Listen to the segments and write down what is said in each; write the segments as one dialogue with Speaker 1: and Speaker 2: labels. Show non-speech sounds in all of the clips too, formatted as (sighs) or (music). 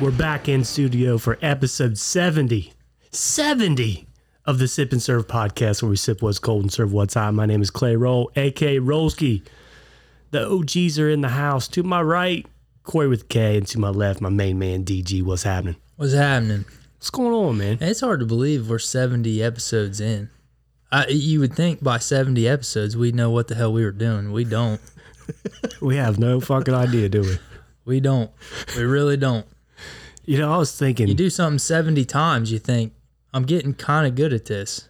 Speaker 1: We're back in studio for episode 70. 70 of the Sip and Serve podcast, where we sip what's cold and serve what's hot. My name is Clay Roll, aka Rolski. The OGs are in the house. To my right, Corey with K, and to my left, my main man DG. What's happening?
Speaker 2: What's happening?
Speaker 1: What's going on, man?
Speaker 2: It's hard to believe we're 70 episodes in. I, you would think by 70 episodes we'd know what the hell we were doing. We don't.
Speaker 1: We have no fucking idea, do we?
Speaker 2: We don't. We really don't.
Speaker 1: You know, I was
Speaker 2: You
Speaker 1: thinking,
Speaker 2: do something 70 times, you think, I'm getting kind of good at this.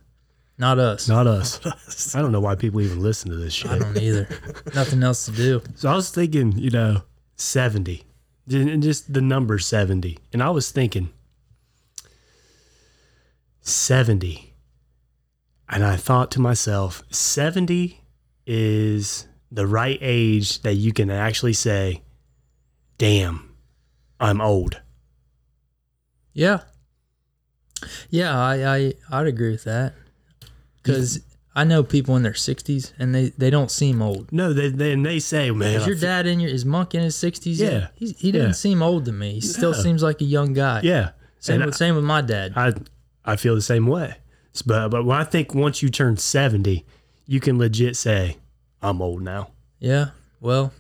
Speaker 2: Not us.
Speaker 1: not us. I don't know why people even listen to this shit.
Speaker 2: I don't either. Nothing else to do.
Speaker 1: So I was thinking, you know, 70, Ju- and just the number 70. And I was thinking, 70. And I thought to myself, 70 is the right age that you can actually say, damn, I'm old.
Speaker 2: Yeah. Yeah, I, I, I'd agree with that. Because I know people in their 60s and they, they don't seem old.
Speaker 1: No, they, they, and they say, man,
Speaker 2: Is
Speaker 1: I
Speaker 2: your
Speaker 1: fe-
Speaker 2: dad in your is Monk in his sixties?
Speaker 1: Yeah.
Speaker 2: he's, he doesn't
Speaker 1: Yeah.
Speaker 2: seem old to me. He still
Speaker 1: No.
Speaker 2: seems like a young guy.
Speaker 1: yeah.
Speaker 2: same
Speaker 1: And
Speaker 2: with, same with my dad.
Speaker 1: I I feel the same way. S- But but when I think once you turn seventy, you can legit say I'm old now.
Speaker 2: yeah, well,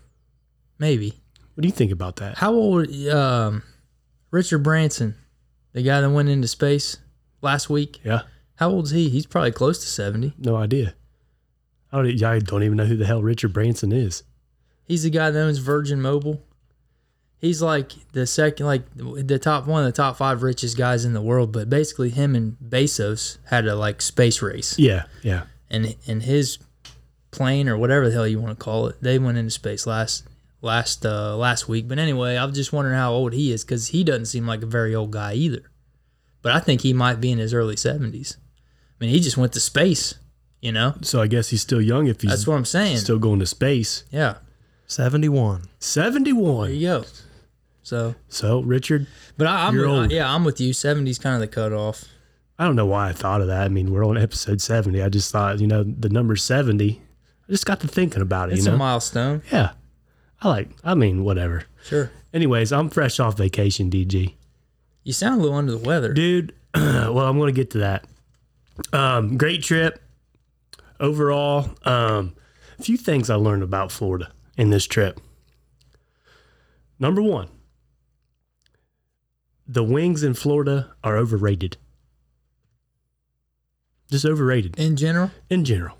Speaker 2: maybe.
Speaker 1: What do you think about that?
Speaker 2: How old? Um, Richard Branson, the guy that went into space last week.
Speaker 1: Yeah,
Speaker 2: How old's he? He's probably close to seventy.
Speaker 1: no idea. I don't, I don't even know who the hell Richard Branson is.
Speaker 2: He's the guy that owns Virgin Mobile. He's like the second, like the top one of the top five richest guys in the world. But basically, him and Bezos had a like space race.
Speaker 1: Yeah, yeah,
Speaker 2: and and his plane or whatever the hell you want to call it, they went into space last last uh, last week. But anyway, I'm just wondering how old he is because he doesn't seem like a very old guy either. But I think he might be in his early 70s. I mean, he just went to space, you know.
Speaker 1: So I guess he's still young if he's
Speaker 2: That's what I'm saying.
Speaker 1: still going to space.
Speaker 2: yeah,
Speaker 3: 71.
Speaker 1: Seventy
Speaker 2: there
Speaker 1: one.
Speaker 2: you go. So,
Speaker 1: So Richard,
Speaker 2: but I, I'm
Speaker 1: You're old.
Speaker 2: yeah, I'm with you. 70s kind of the cutoff.
Speaker 1: I don't know why I thought of that. I mean, we're on episode seventy. I just thought you know the number seventy. I just got to thinking about it.
Speaker 2: It's
Speaker 1: you know,
Speaker 2: a milestone.
Speaker 1: yeah. I like. I mean, whatever.
Speaker 2: Sure.
Speaker 1: Anyways, I'm fresh off vacation, DG.
Speaker 2: You sound a little under the weather.
Speaker 1: dude (clears throat) well i'm gonna get to that um great trip overall um a few things i learned about florida in this trip number one the wings in florida are overrated just overrated
Speaker 2: In general,
Speaker 1: in general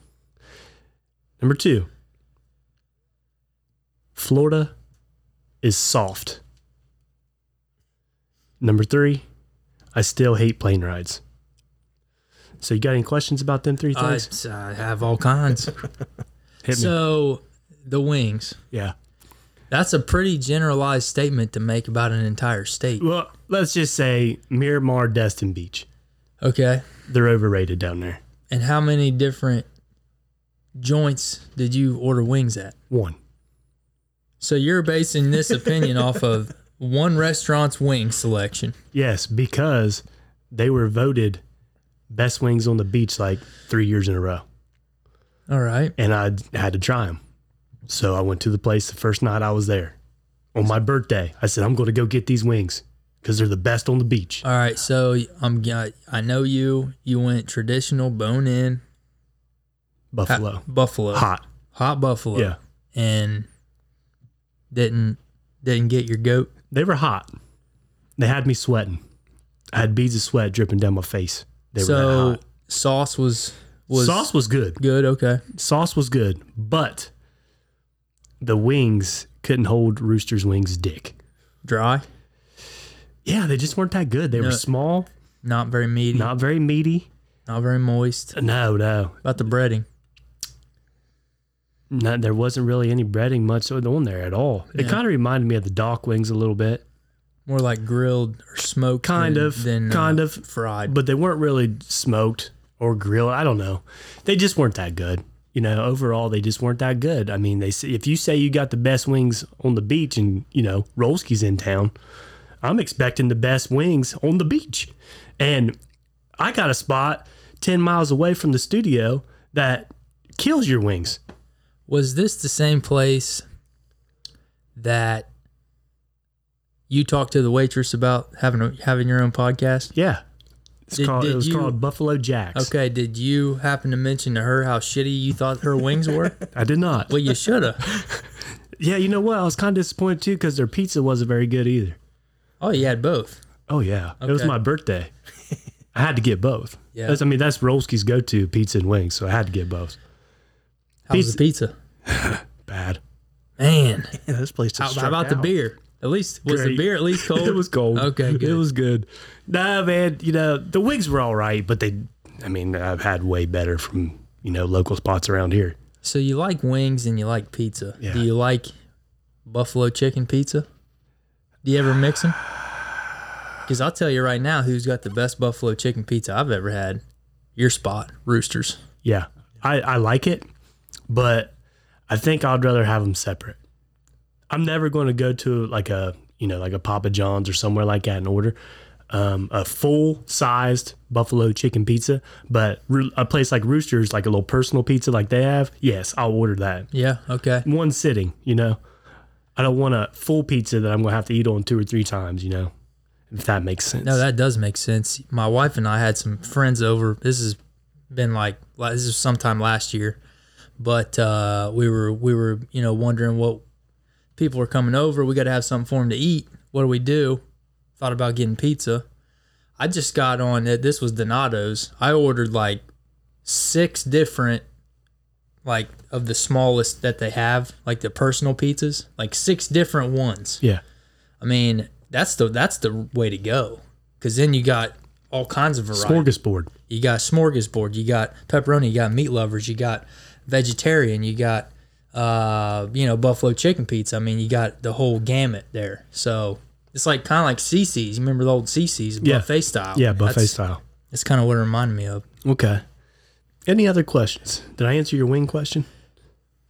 Speaker 1: number two florida is soft number three i still hate plane rides so you got any questions about them three
Speaker 2: I,
Speaker 1: things
Speaker 2: I have all kinds.
Speaker 1: hit me
Speaker 2: Uh, so, the wings.
Speaker 1: yeah
Speaker 2: That's a pretty generalized statement to make about an entire state.
Speaker 1: well let's just say miramar destin beach
Speaker 2: Okay.
Speaker 1: they're overrated down there
Speaker 2: And how many different joints did you order wings at?
Speaker 1: one
Speaker 2: So you're basing this opinion off of one restaurant's wing selection.
Speaker 1: yes because they were voted best wings on the beach like three years in a row
Speaker 2: All right.
Speaker 1: and I had to try them. So I went to the place the first night I was there on my birthday. I said, I'm going to go get these wings because they're the best on the beach.
Speaker 2: All right. So I'm I, I know you you went traditional bone in
Speaker 1: Buffalo.
Speaker 2: buffalo.
Speaker 1: Hot.
Speaker 2: Hot buffalo.
Speaker 1: Yeah.
Speaker 2: And didn't didn't get your goat.
Speaker 1: They were hot. They had me sweating. I had beads of sweat dripping down my face. They were that
Speaker 2: so
Speaker 1: hot.
Speaker 2: sauce was was
Speaker 1: Sauce was good.
Speaker 2: good, okay.
Speaker 1: Sauce was good, but the wings couldn't hold Rooster's Wings' dick.
Speaker 2: Dry,
Speaker 1: Yeah, they just weren't that good. They were
Speaker 2: No.
Speaker 1: small,
Speaker 2: not very meaty,
Speaker 1: not very meaty.
Speaker 2: not very moist.
Speaker 1: No, no.
Speaker 2: About the breading.
Speaker 1: No, there wasn't really any breading much on there at all. It
Speaker 2: Yeah.
Speaker 1: kind of reminded me of the dock wings a little bit,
Speaker 2: More like grilled or smoked.
Speaker 1: Kind
Speaker 2: than,
Speaker 1: of,
Speaker 2: Than,
Speaker 1: kind
Speaker 2: uh,
Speaker 1: of.
Speaker 2: Fried.
Speaker 1: but they weren't really smoked or grilled. I don't know. They just weren't that good. You know, overall, they just weren't that good. I mean, they say- if you say you got the best wings on the beach and, you know, Rolski's in town, I'm expecting the best wings on the beach. And I got a spot 10 miles away from the studio that kills your wings.
Speaker 2: Was this the same place that you talked to the waitress about having a, having your own podcast.
Speaker 1: Yeah. It's
Speaker 2: Did-
Speaker 1: called,
Speaker 2: did
Speaker 1: it was
Speaker 2: you-
Speaker 1: called Buffalo Jacks.
Speaker 2: Okay, did you happen to mention to her how shitty you thought her wings
Speaker 1: (laughs)
Speaker 2: were?
Speaker 1: I did not.
Speaker 2: Well, you should have.
Speaker 1: Yeah, you know what? I was kind of disappointed too because their pizza wasn't very good either.
Speaker 2: Oh, you had both.
Speaker 1: Oh yeah, it was
Speaker 2: Okay.
Speaker 1: my birthday. I had to get both.
Speaker 2: Yeah.
Speaker 1: That's- I mean that's Rolski's go-to pizza and wings, so I had to get both.
Speaker 2: How was the pizza?
Speaker 1: Bad.
Speaker 2: Man,
Speaker 1: Yeah, (laughs) this place.
Speaker 2: how, how about the beer? At least was
Speaker 1: Great.
Speaker 2: the beer at least
Speaker 1: (laughs)
Speaker 2: cold?
Speaker 1: It was cold.
Speaker 2: Okay, good.
Speaker 1: It was good. Nah, man. You know the wings were all right, but they. I mean, I've had way better from you know local spots around here.
Speaker 2: So you like wings and you like pizza.
Speaker 1: Yeah.
Speaker 2: Do you like buffalo chicken pizza? Do you ever mix them? Because I'll tell you right now, who's got the best buffalo chicken pizza I've ever had? Your spot, Roosters.
Speaker 1: Yeah, I I like it, but I think I'd rather have them separate. I'm never going to go to like a you know like a Papa John's or somewhere like that and order um, a full sized buffalo chicken pizza. But Roo- a place like Rooster's, like a little personal pizza like they have, yes, I'll order that
Speaker 2: Yeah. Okay.
Speaker 1: one sitting. You know, I don't want a full pizza that I'm going to have to eat on two or three times. You know, if that makes sense.
Speaker 2: No, that does make sense. My wife and I had some friends over. This has been like la- this is sometime last year, but uh, we were we were you know wondering what people were coming over. We got to have something for them to eat. What do we do? Thought about getting pizza. I just got on it. This was Donato's. I ordered like six different like of the smallest that they have, like the personal pizzas, like six different ones.
Speaker 1: yeah,
Speaker 2: I mean, that's the that's the way to go. Cause then you got all kinds of variety.
Speaker 1: smorgasbord.
Speaker 2: you got smorgasbord. You got pepperoni. You got meat lovers. You got vegetarian. You got uh, you know buffalo chicken pizza. I mean, you got the whole gamut there. So it's like kind of like CC's. You remember the old CC's
Speaker 1: Yeah.
Speaker 2: buffet style?
Speaker 1: Yeah, buffet
Speaker 2: That's-
Speaker 1: style.
Speaker 2: That's kind of what it reminded me of.
Speaker 1: Okay. Any other questions? Did I answer your wing question?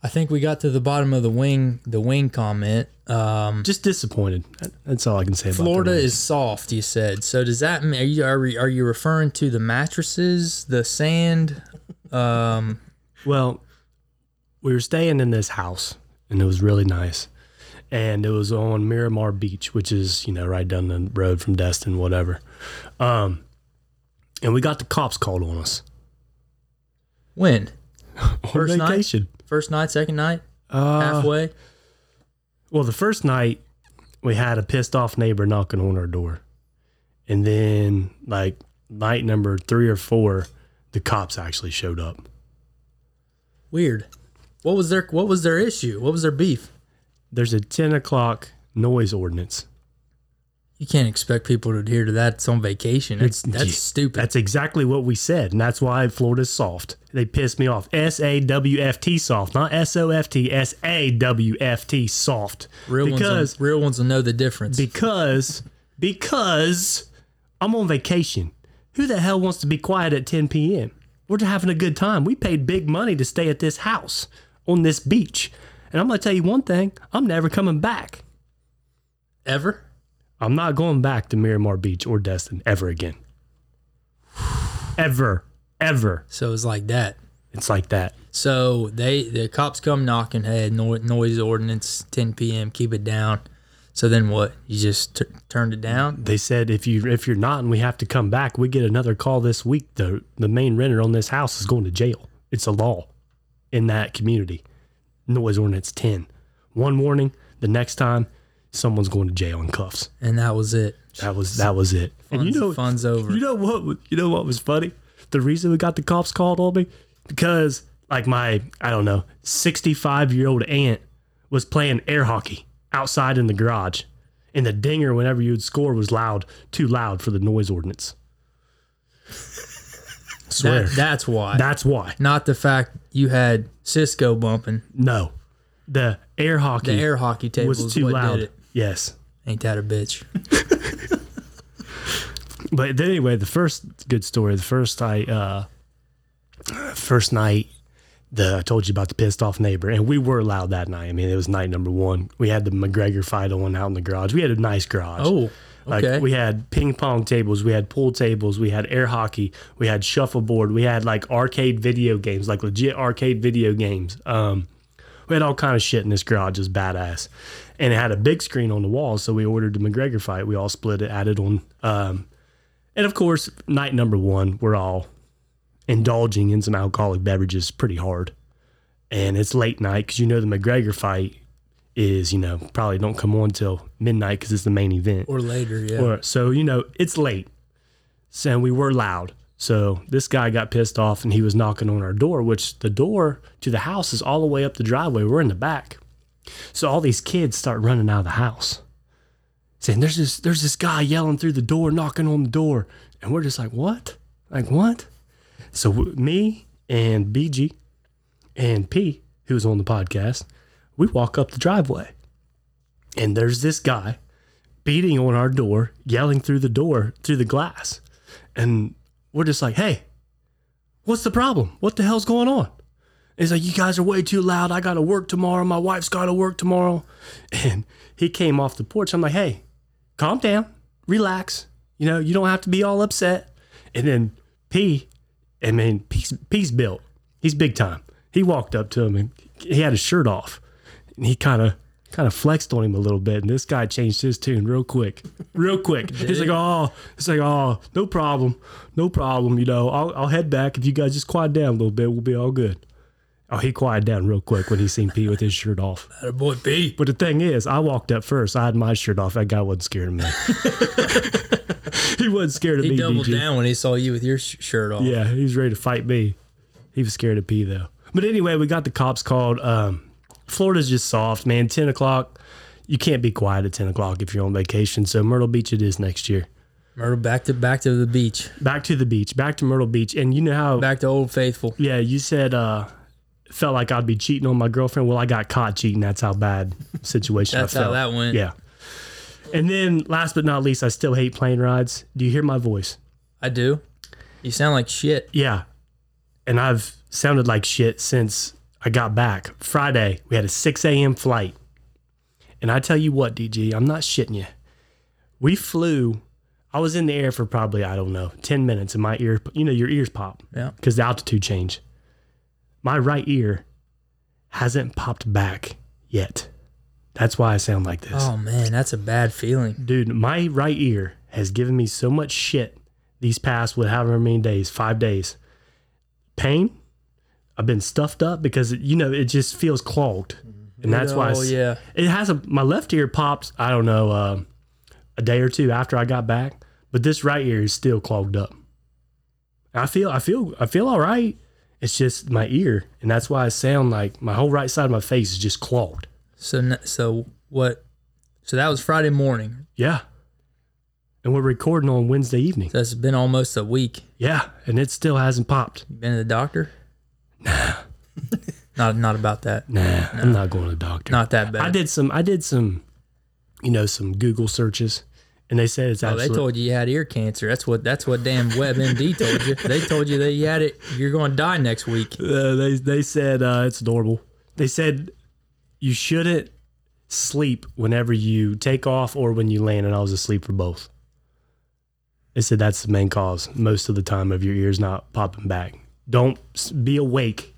Speaker 2: I think we got to the bottom of the wing the wing comment. Um,
Speaker 1: Just disappointed. That- That's all I can say about
Speaker 2: Florida
Speaker 1: the wing.
Speaker 2: is soft, you said. So does that mean are you are, we, are you referring to the mattresses, the sand? Um,
Speaker 1: Well, we were staying in this house and it was really nice. And it was on Miramar Beach, which is, you know, right down the road from Destin, whatever. Um, and we got the cops called on us
Speaker 2: when
Speaker 1: on
Speaker 2: First night?
Speaker 1: vacation.
Speaker 2: first night, second night,
Speaker 1: Uh,
Speaker 2: halfway.
Speaker 1: Well, the first night we had a pissed off neighbor knocking on our door. And then like night number 3 or 4, the cops actually showed up.
Speaker 2: Weird. What was their What was their issue? What was their beef?
Speaker 1: There's a 10 o'clock noise ordinance.
Speaker 2: You can't expect people to adhere to that. It's on vacation. That's that's
Speaker 1: Yeah.
Speaker 2: stupid.
Speaker 1: That's exactly what we said, and that's why Florida's soft. They pissed me off. S A W F T soft, not S O F T. S A W F T soft.
Speaker 2: real ones.
Speaker 1: because
Speaker 2: Will, real ones will know the difference.
Speaker 1: because because I'm on vacation. Who the hell wants to be quiet at 10 p.m.? We're just having a good time. We paid big money to stay at this house on this beach, and I'm gonna tell you one thing: I'm never coming back.
Speaker 2: Ever?
Speaker 1: I'm not going back to Miramar Beach or Destin ever again. (sighs) ever. Ever.
Speaker 2: So it's like that.
Speaker 1: It's like that.
Speaker 2: So they the cops come knocking. Hey, no, noise ordinance, 10 p.m. Keep it down. So then what? You just t- turned it down.
Speaker 1: They said if you if you're not and we have to come back, we get another call this week. The the main renter on this house is going to jail. It's a law in that community. Noise ordinance 10. One warning, the next time someone's going to jail in cuffs.
Speaker 2: and that was it.
Speaker 1: That was that was it. and
Speaker 2: Fun's-
Speaker 1: you know
Speaker 2: fun's over.
Speaker 1: You know what? wa- You know what was funny? The reason we got the cops called on me because like my I don't know sixty five year old aunt was playing air hockey outside in the garage, and the dinger whenever you would score was loud, too loud for the noise
Speaker 2: (laughs)
Speaker 1: ordinance. Swear.
Speaker 2: That, that's why.
Speaker 1: That's why.
Speaker 2: Not the fact you had Cisco bumping
Speaker 1: No, the air hockey
Speaker 2: the air hockey table
Speaker 1: was
Speaker 2: is
Speaker 1: too
Speaker 2: what
Speaker 1: loud.
Speaker 2: Did it.
Speaker 1: Yes.
Speaker 2: Ain't that a bitch?
Speaker 1: But then anyway, the first good story, the first I uh first night the I told you about the pissed off neighbor and we were loud that night. I mean, it was night number 1. We had the McGregor fight on out in the garage. We had a nice garage.
Speaker 2: Oh,
Speaker 1: Like
Speaker 2: okay.
Speaker 1: we had ping pong tables, we had pool tables, we had air hockey, we had shuffleboard, we had like arcade video games, like legit arcade video games. Um, We had all kind of shit in this garage. It was badass, and it had a big screen on the wall. So we ordered the McGregor fight. We all split it, added on, um, and of course, night number one, we're all indulging in some alcoholic beverages pretty hard, and it's late night because you know the McGregor fight is you know probably don't come on till midnight because it's the main event.
Speaker 2: or later. Yeah,
Speaker 1: Or- so you know it's late, so we were loud. So this guy got pissed off and he was knocking on our door, which the door to the house is all the way up the driveway. We're in the back, so all these kids start running out of the house, saying, "There's this, there's this guy yelling through the door, knocking on the door," and we're just like, "What? Like what?" So w- me and BG and P, who was on the podcast, we walk up the driveway, and there's this guy beating on our door, yelling through the door, through the glass. And we're just like, hey, what's the problem? What the hell's going on? He's like, you guys are way too loud. I got to work tomorrow. My wife's got to work tomorrow. (laughs) And he came off the porch. I'm like, hey, calm down, relax. You know, you don't have to be all upset. And then P, I mean, P's, P's built. He's big time. He walked up to him and he had his shirt off. And he kind of kind of flexed on him a little bit. And this guy changed his tune real quick, real quick. He's like, oh, it's like, oh, no problem, no problem. You know, I'll, I'll head back if you guys just quiet down a little bit. We'll be all good. Oh, he quieted down real quick when he seen P with his shirt off.
Speaker 2: Atta boy B.
Speaker 1: But the thing is, I walked up first. I had my shirt off. That guy wasn't scared of me. (laughs) he wasn't scared of
Speaker 2: He
Speaker 1: me.
Speaker 2: doubled
Speaker 1: BG.
Speaker 2: down when he saw you with your sh- shirt off.
Speaker 1: Yeah, he was ready to fight me. He was scared of P though. But anyway, we got the cops called. Um, Florida's just soft, man. Ten o'clock, you can't be quiet at ten o'clock if you're on vacation. So Myrtle Beach it is next year.
Speaker 2: Myrtle back to back to the beach,
Speaker 1: Back to the beach, back to Myrtle Beach, and you know how?
Speaker 2: back to Old Faithful.
Speaker 1: Yeah, you said uh, felt like I'd be cheating on my girlfriend. Well, I got caught cheating. That's how bad situation.
Speaker 2: That's
Speaker 1: I
Speaker 2: how
Speaker 1: felt.
Speaker 2: that went.
Speaker 1: Yeah. And then, last but not least, I still hate plane rides. Do you hear my voice?
Speaker 2: I do. You sound like shit.
Speaker 1: Yeah. And I've sounded like shit since I got back. Friday, we had a 6 a.m. flight. And I tell you what, DG, I'm not shitting you. We flew, I was in the air for probably, I don't know, 10 minutes, and my ear, you know, your ears pop
Speaker 2: Yeah.
Speaker 1: because the altitude change. My right ear hasn't popped back yet. That's why I sound like this.
Speaker 2: Oh man, that's a bad feeling.
Speaker 1: Dude, my right ear has given me so much shit these past what however many days, five days. Pain. I've been stuffed up because you know it just feels clogged, and that's why.
Speaker 2: Oh
Speaker 1: it's-
Speaker 2: yeah.
Speaker 1: It has a my left ear popped. I don't know uh, a day or two after I got back, but this right ear is still clogged up. I feel I feel I feel all right. It's just my ear, and that's why I sound like my whole right side of my face is just clogged.
Speaker 2: So n- so what? So that was Friday morning.
Speaker 1: Yeah. And we're recording on Wednesday evening.
Speaker 2: So that's been almost a week.
Speaker 1: Yeah, and it still hasn't popped.
Speaker 2: You been to the doctor? Nah. (laughs) not not about that.
Speaker 1: Nah, I'm not going to the doctor.
Speaker 2: Not that
Speaker 1: I
Speaker 2: bad.
Speaker 1: did some. I did some. You know, some Google searches, and they said it's
Speaker 2: Oh, they
Speaker 1: absolutely.
Speaker 2: told you you had ear cancer. That's what that's what damn WebMD told you. They told you that you had it. You're going to die next week.
Speaker 1: uh, they they said uh, it's adorable. They said you shouldn't sleep whenever you take off or when you land, and I was asleep for both. They said that's the main cause most of the time of your ears not popping back. Don't s- be awake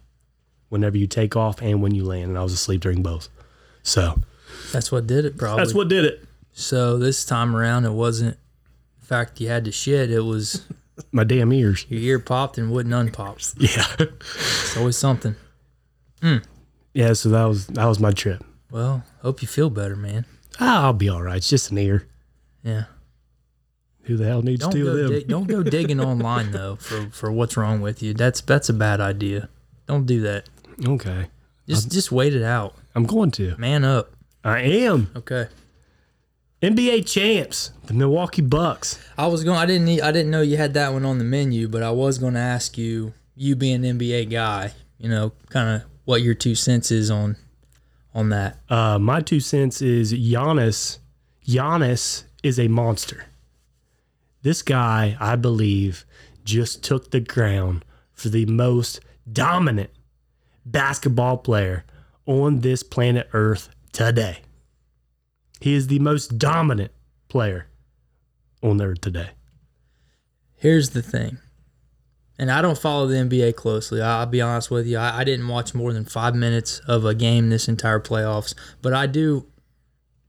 Speaker 1: whenever you take off and when you land, and I was asleep during both. So
Speaker 2: That's what did it. Probably.
Speaker 1: that's what did it.
Speaker 2: so this time around, it wasn't. In fact, you had to shit. It was
Speaker 1: My damn ears.
Speaker 2: (laughs) your ear popped and wouldn't unpop.
Speaker 1: Yeah.
Speaker 2: It's always something.
Speaker 1: Yeah, so that was that was my trip.
Speaker 2: Well, hope you feel better, man.
Speaker 1: Ah, I'll be all right. It's just an ear.
Speaker 2: Yeah.
Speaker 1: Who the hell needs
Speaker 2: Don't
Speaker 1: two of
Speaker 2: go,
Speaker 1: them?
Speaker 2: dig, don't
Speaker 1: (laughs)
Speaker 2: go digging online though for, for what's wrong with you. That's that's a bad idea. Don't do that.
Speaker 1: okay.
Speaker 2: Just just wait it out.
Speaker 1: I'm going to.
Speaker 2: Man up.
Speaker 1: I am.
Speaker 2: Okay.
Speaker 1: NBA champs, the Milwaukee Bucks.
Speaker 2: I was going. I didn't. e- I didn't know you had that one on the menu, but I was going to ask you, you being an NBA guy, you know, kind of what your two cents is on on that.
Speaker 1: Uh, my two cents is Giannis. Giannis is a monster. This guy, I believe, just took the crown for the most dominant basketball player on this planet Earth today. He is the most dominant player on Earth today.
Speaker 2: Here's the thing. and I don't follow the NBA closely. I, will be honest with you. I, I didn't watch more than five minutes of a game this entire playoffs, but I do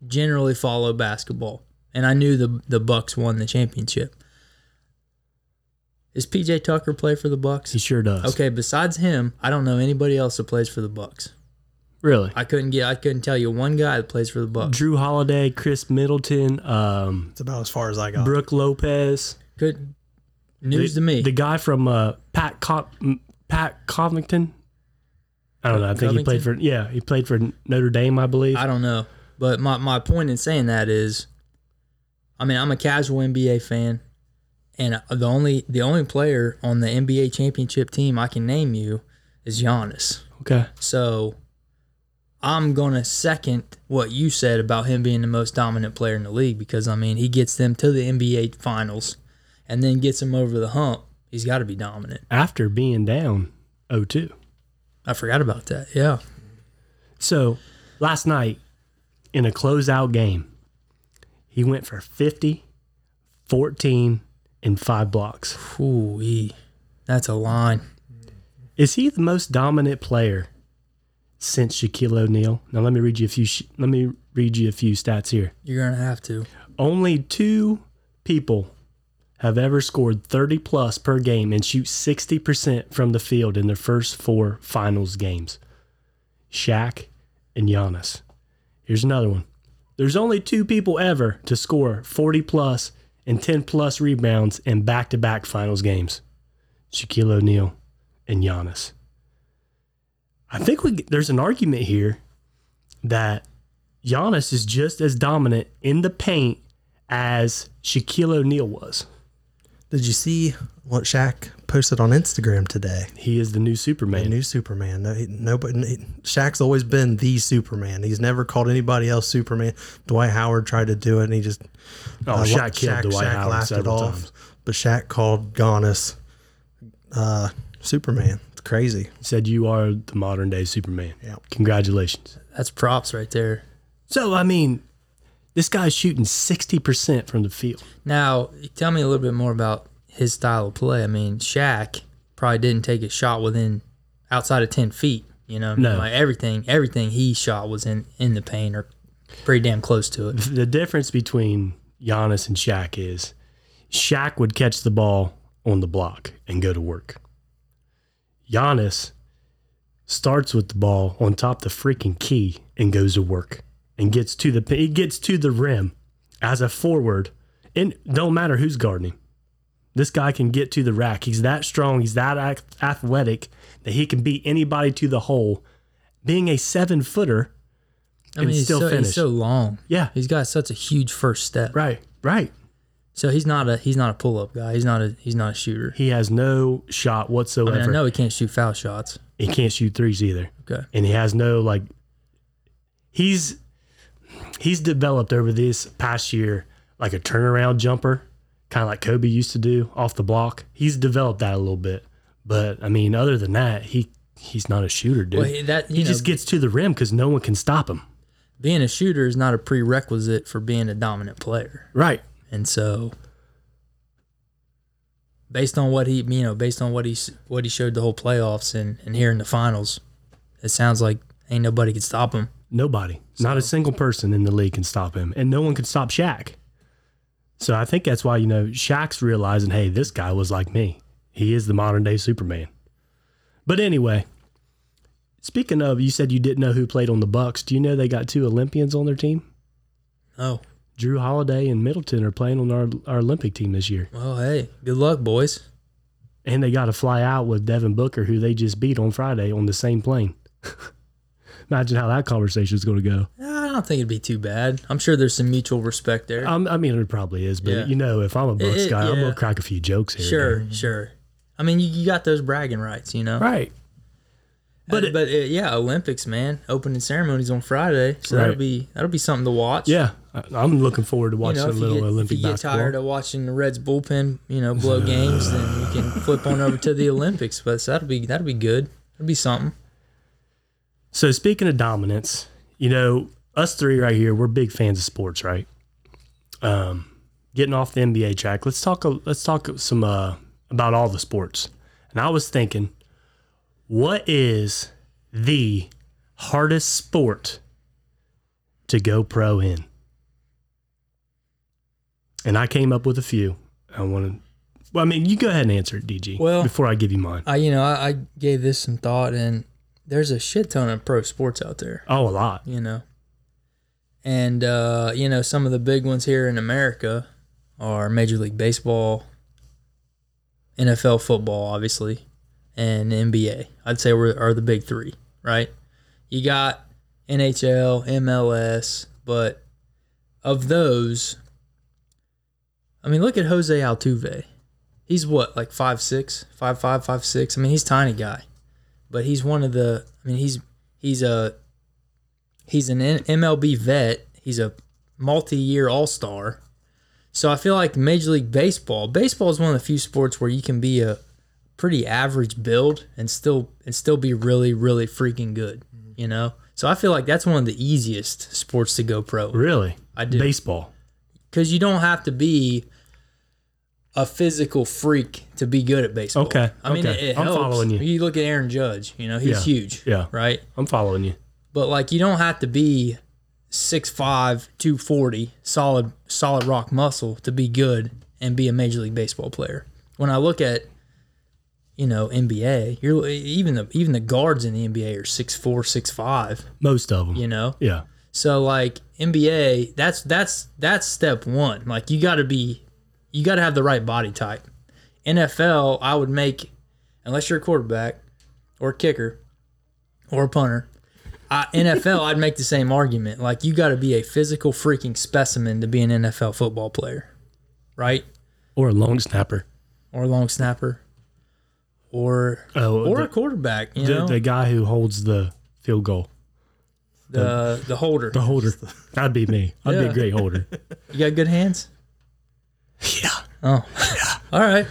Speaker 2: generally follow basketball, and I knew the the Bucks won the championship. Is PJ Tucker play for the Bucks?
Speaker 1: He sure does.
Speaker 2: Okay, besides him, I don't know anybody else that plays for the Bucks.
Speaker 1: Really.
Speaker 2: I couldn't get I couldn't tell you one guy that plays for the Bucks.
Speaker 1: Drew Holiday, Chris Middleton, um,
Speaker 3: It's about as far as I got.
Speaker 1: Brooke Lopez.
Speaker 2: Good news
Speaker 1: the,
Speaker 2: to me.
Speaker 1: The guy from uh, Pat Co- m- Pat Covington. I don't know. I think he played for yeah, he played for Notre Dame, I believe.
Speaker 2: I don't know. But my, my point in saying that is I mean, I'm a casual NBA fan and the only the only player on the NBA championship team I can name you is Giannis.
Speaker 1: okay.
Speaker 2: So I'm going to second what you said about him being the most dominant player in the league because, I mean, he gets them to the NBA finals and then gets them over the hump. He's got to be dominant.
Speaker 1: After being down 0-2.
Speaker 2: I forgot about that. Yeah.
Speaker 1: So last night in a closeout game, he went for 50, 14, and five blocks.
Speaker 2: Ooh, that's a line.
Speaker 1: Is he the most dominant player since Shaquille O'Neal? Now let me read you a few. Sh- let me read you a few stats here.
Speaker 2: You're going to have to.
Speaker 1: Only two people have ever scored 30 plus per game and shoot 60% from the field in their first four finals games Shaq and Giannis. Here's another one. There's only two people ever to score 40 plus and 10 plus rebounds in back to back finals games Shaquille O'Neal and Giannis. I think we, there's an argument here that Giannis is just as dominant in the paint as Shaquille O'Neal was.
Speaker 3: Did you see what Shaq posted on Instagram today?
Speaker 1: He is the new Superman.
Speaker 3: New Superman. No, he- nobody. he- Shaq's always been the Superman. He's never called anybody else Superman. Dwight Howard tried to do it, and he just
Speaker 1: oh,
Speaker 3: uh,
Speaker 1: Shaq
Speaker 3: la-
Speaker 1: killed Dwight Howard
Speaker 3: laughed
Speaker 1: several times.
Speaker 3: But Shaq called Giannis uh, Superman. It's crazy.
Speaker 1: He said, "You are the modern day Superman."
Speaker 3: Yeah.
Speaker 1: Congratulations.
Speaker 2: That's props right there.
Speaker 1: So I mean, this guy's shooting sixty percent from the field.
Speaker 2: Now, tell me a little bit more about his style of play. I mean, Shaq probably didn't take a shot within outside of ten feet. You know, what I mean?
Speaker 1: No.
Speaker 2: like everything, everything he shot was in in the paint or pretty damn close to it.
Speaker 1: The difference between Giannis and Shaq is Shaq would catch the ball on the block and go to work. Giannis starts with the ball on top the freaking key and goes to work and gets to the it gets to the rim as a forward and don't matter who's guarding him. This guy can get to the rack. He's that strong. He's that ath- athletic that he can beat anybody to the hole. Being a seven footer,
Speaker 2: I
Speaker 1: And
Speaker 2: mean, he's
Speaker 1: still
Speaker 2: so, he's
Speaker 1: finished.
Speaker 2: so long.
Speaker 1: yeah,
Speaker 2: He's got such a huge first step.
Speaker 1: right, right.
Speaker 2: So he's not a he's not a pull up guy. He's not a he's not a shooter.
Speaker 1: He has no shot
Speaker 2: I
Speaker 1: whatsoever.
Speaker 2: mean, I know he can't shoot foul shots.
Speaker 1: He can't shoot threes either,
Speaker 2: Okay.
Speaker 1: and he has no like. He's he's developed over this past year like a turnaround jumper, kind of like Kobe used to do off the block. He's developed that a little bit, but I mean, other than that, he he's not a shooter, dude.
Speaker 2: Well, he, that you
Speaker 1: he
Speaker 2: know,
Speaker 1: just gets to the rim because no one can stop him.
Speaker 2: being a shooter is not a prerequisite for being a dominant player.
Speaker 1: Right.
Speaker 2: And so, based on what he, you know, based on what he what he showed the whole playoffs and and here in the finals, it sounds like ain't nobody could stop him.
Speaker 1: Nobody. Not a single person in the league can stop him. And no one can stop Shaq. So I think that's why, you know, Shaq's realizing, hey, this guy was like me. He is the modern day Superman. But anyway, speaking of, you said you didn't know who played on the Bucks. Do you know they got two Olympians on their team?
Speaker 2: Oh,
Speaker 1: Drew Holiday and Middleton are playing on our, our Olympic team this year.
Speaker 2: well, hey, good luck, boys.
Speaker 1: And they got to fly out with Devin Booker, who they just beat on Friday on the same plane. (laughs) Imagine how that conversation is going to go.
Speaker 2: I don't think it'd be too bad. I'm sure there's some mutual respect there.
Speaker 1: i I mean, it probably is, but
Speaker 2: Yeah.
Speaker 1: you know, if I'm a Bucks
Speaker 2: it-
Speaker 1: guy, I'm
Speaker 2: yeah.
Speaker 1: gonna crack a few jokes here. and
Speaker 2: sure,
Speaker 1: there.
Speaker 2: sure. I mean, you, you got those bragging rights, you know.
Speaker 1: right?
Speaker 2: But but uh, yeah, Olympics, man. Opening ceremonies on Friday, so that'll
Speaker 1: Right.
Speaker 2: be that'll be something to watch.
Speaker 1: Yeah, I, I'm looking forward to
Speaker 2: You
Speaker 1: watching
Speaker 2: know,
Speaker 1: a
Speaker 2: if you
Speaker 1: little
Speaker 2: get, if
Speaker 1: Olympic
Speaker 2: you get
Speaker 1: basketball.
Speaker 2: tired of watching the Reds bullpen, you know, blow games, then you
Speaker 1: (laughs)
Speaker 2: can flip on over to the Olympics. But so that'll be that'll be good. That'll be something.
Speaker 1: so speaking of dominance, you know, us three right here, we're big fans of sports, right? Um, getting off the NBA track, let's talk. a- Let's talk some uh, about all the sports. and I was thinking, what is the hardest sport to go pro in? And I came up with a few. I want to. Well, I mean, you go ahead and answer it, DG.
Speaker 2: Well-
Speaker 1: before I give you mine.
Speaker 2: I you know I, I gave this some thought, and there's a shit ton of pro sports out there.
Speaker 1: Oh, a lot.
Speaker 2: you know. And uh, you know, some of the big ones here in America are Major League Baseball, NFL football, obviously, and NBA. I'd say we're, are the big three, right? You got NHL, MLS, but of those, I mean, look at Jose Altuve. He's what, like five six, five five, five six. I mean, he's a tiny guy, but he's one of the. I mean, he's he's a He's an N- MLB vet. He's a multi-year All-Star. So I feel like Major League Baseball. Baseball is one of the few sports where you can be a pretty average build and still and still be really really freaking good. You know. So I feel like that's one of the easiest sports to go pro
Speaker 1: Really?
Speaker 2: I do.
Speaker 1: Baseball.
Speaker 2: because you don't have to be a physical freak to be good at baseball.
Speaker 1: Okay,
Speaker 2: I mean,
Speaker 1: okay.
Speaker 2: It, it
Speaker 1: I'm
Speaker 2: helps.
Speaker 1: following you.
Speaker 2: You look at Aaron Judge. You know, he's
Speaker 1: Yeah,
Speaker 2: huge.
Speaker 1: yeah.
Speaker 2: Right
Speaker 1: I'm following you.
Speaker 2: but like you don't have to be 6'5 240 solid solid rock muscle to be good and be a major league baseball player when i look at you know nba you're even the even the guards in the nba are 6'4 6'5
Speaker 1: Most of them.
Speaker 2: you know
Speaker 1: Yeah.
Speaker 2: so like nba that's that's that's step one like you got to be you got to have the right body type nfl i would make unless you're a quarterback or kicker or a punter. I, NFL, I'd make the same argument. Like you got to be a physical freaking specimen to be an NFL football player, right?
Speaker 1: Or a long snapper.
Speaker 2: Or a long snapper, or
Speaker 1: Oh,
Speaker 2: or
Speaker 1: the-
Speaker 2: a quarterback. You
Speaker 1: The,
Speaker 2: know,
Speaker 1: the
Speaker 2: the,
Speaker 1: guy who holds the field goal,
Speaker 2: the holder.
Speaker 1: the holder. (laughs) That'd be me. I'd be
Speaker 2: Yeah.
Speaker 1: a great
Speaker 2: (laughs)
Speaker 1: holder.
Speaker 2: You got good hands.
Speaker 1: yeah.
Speaker 2: Oh, (laughs) all right.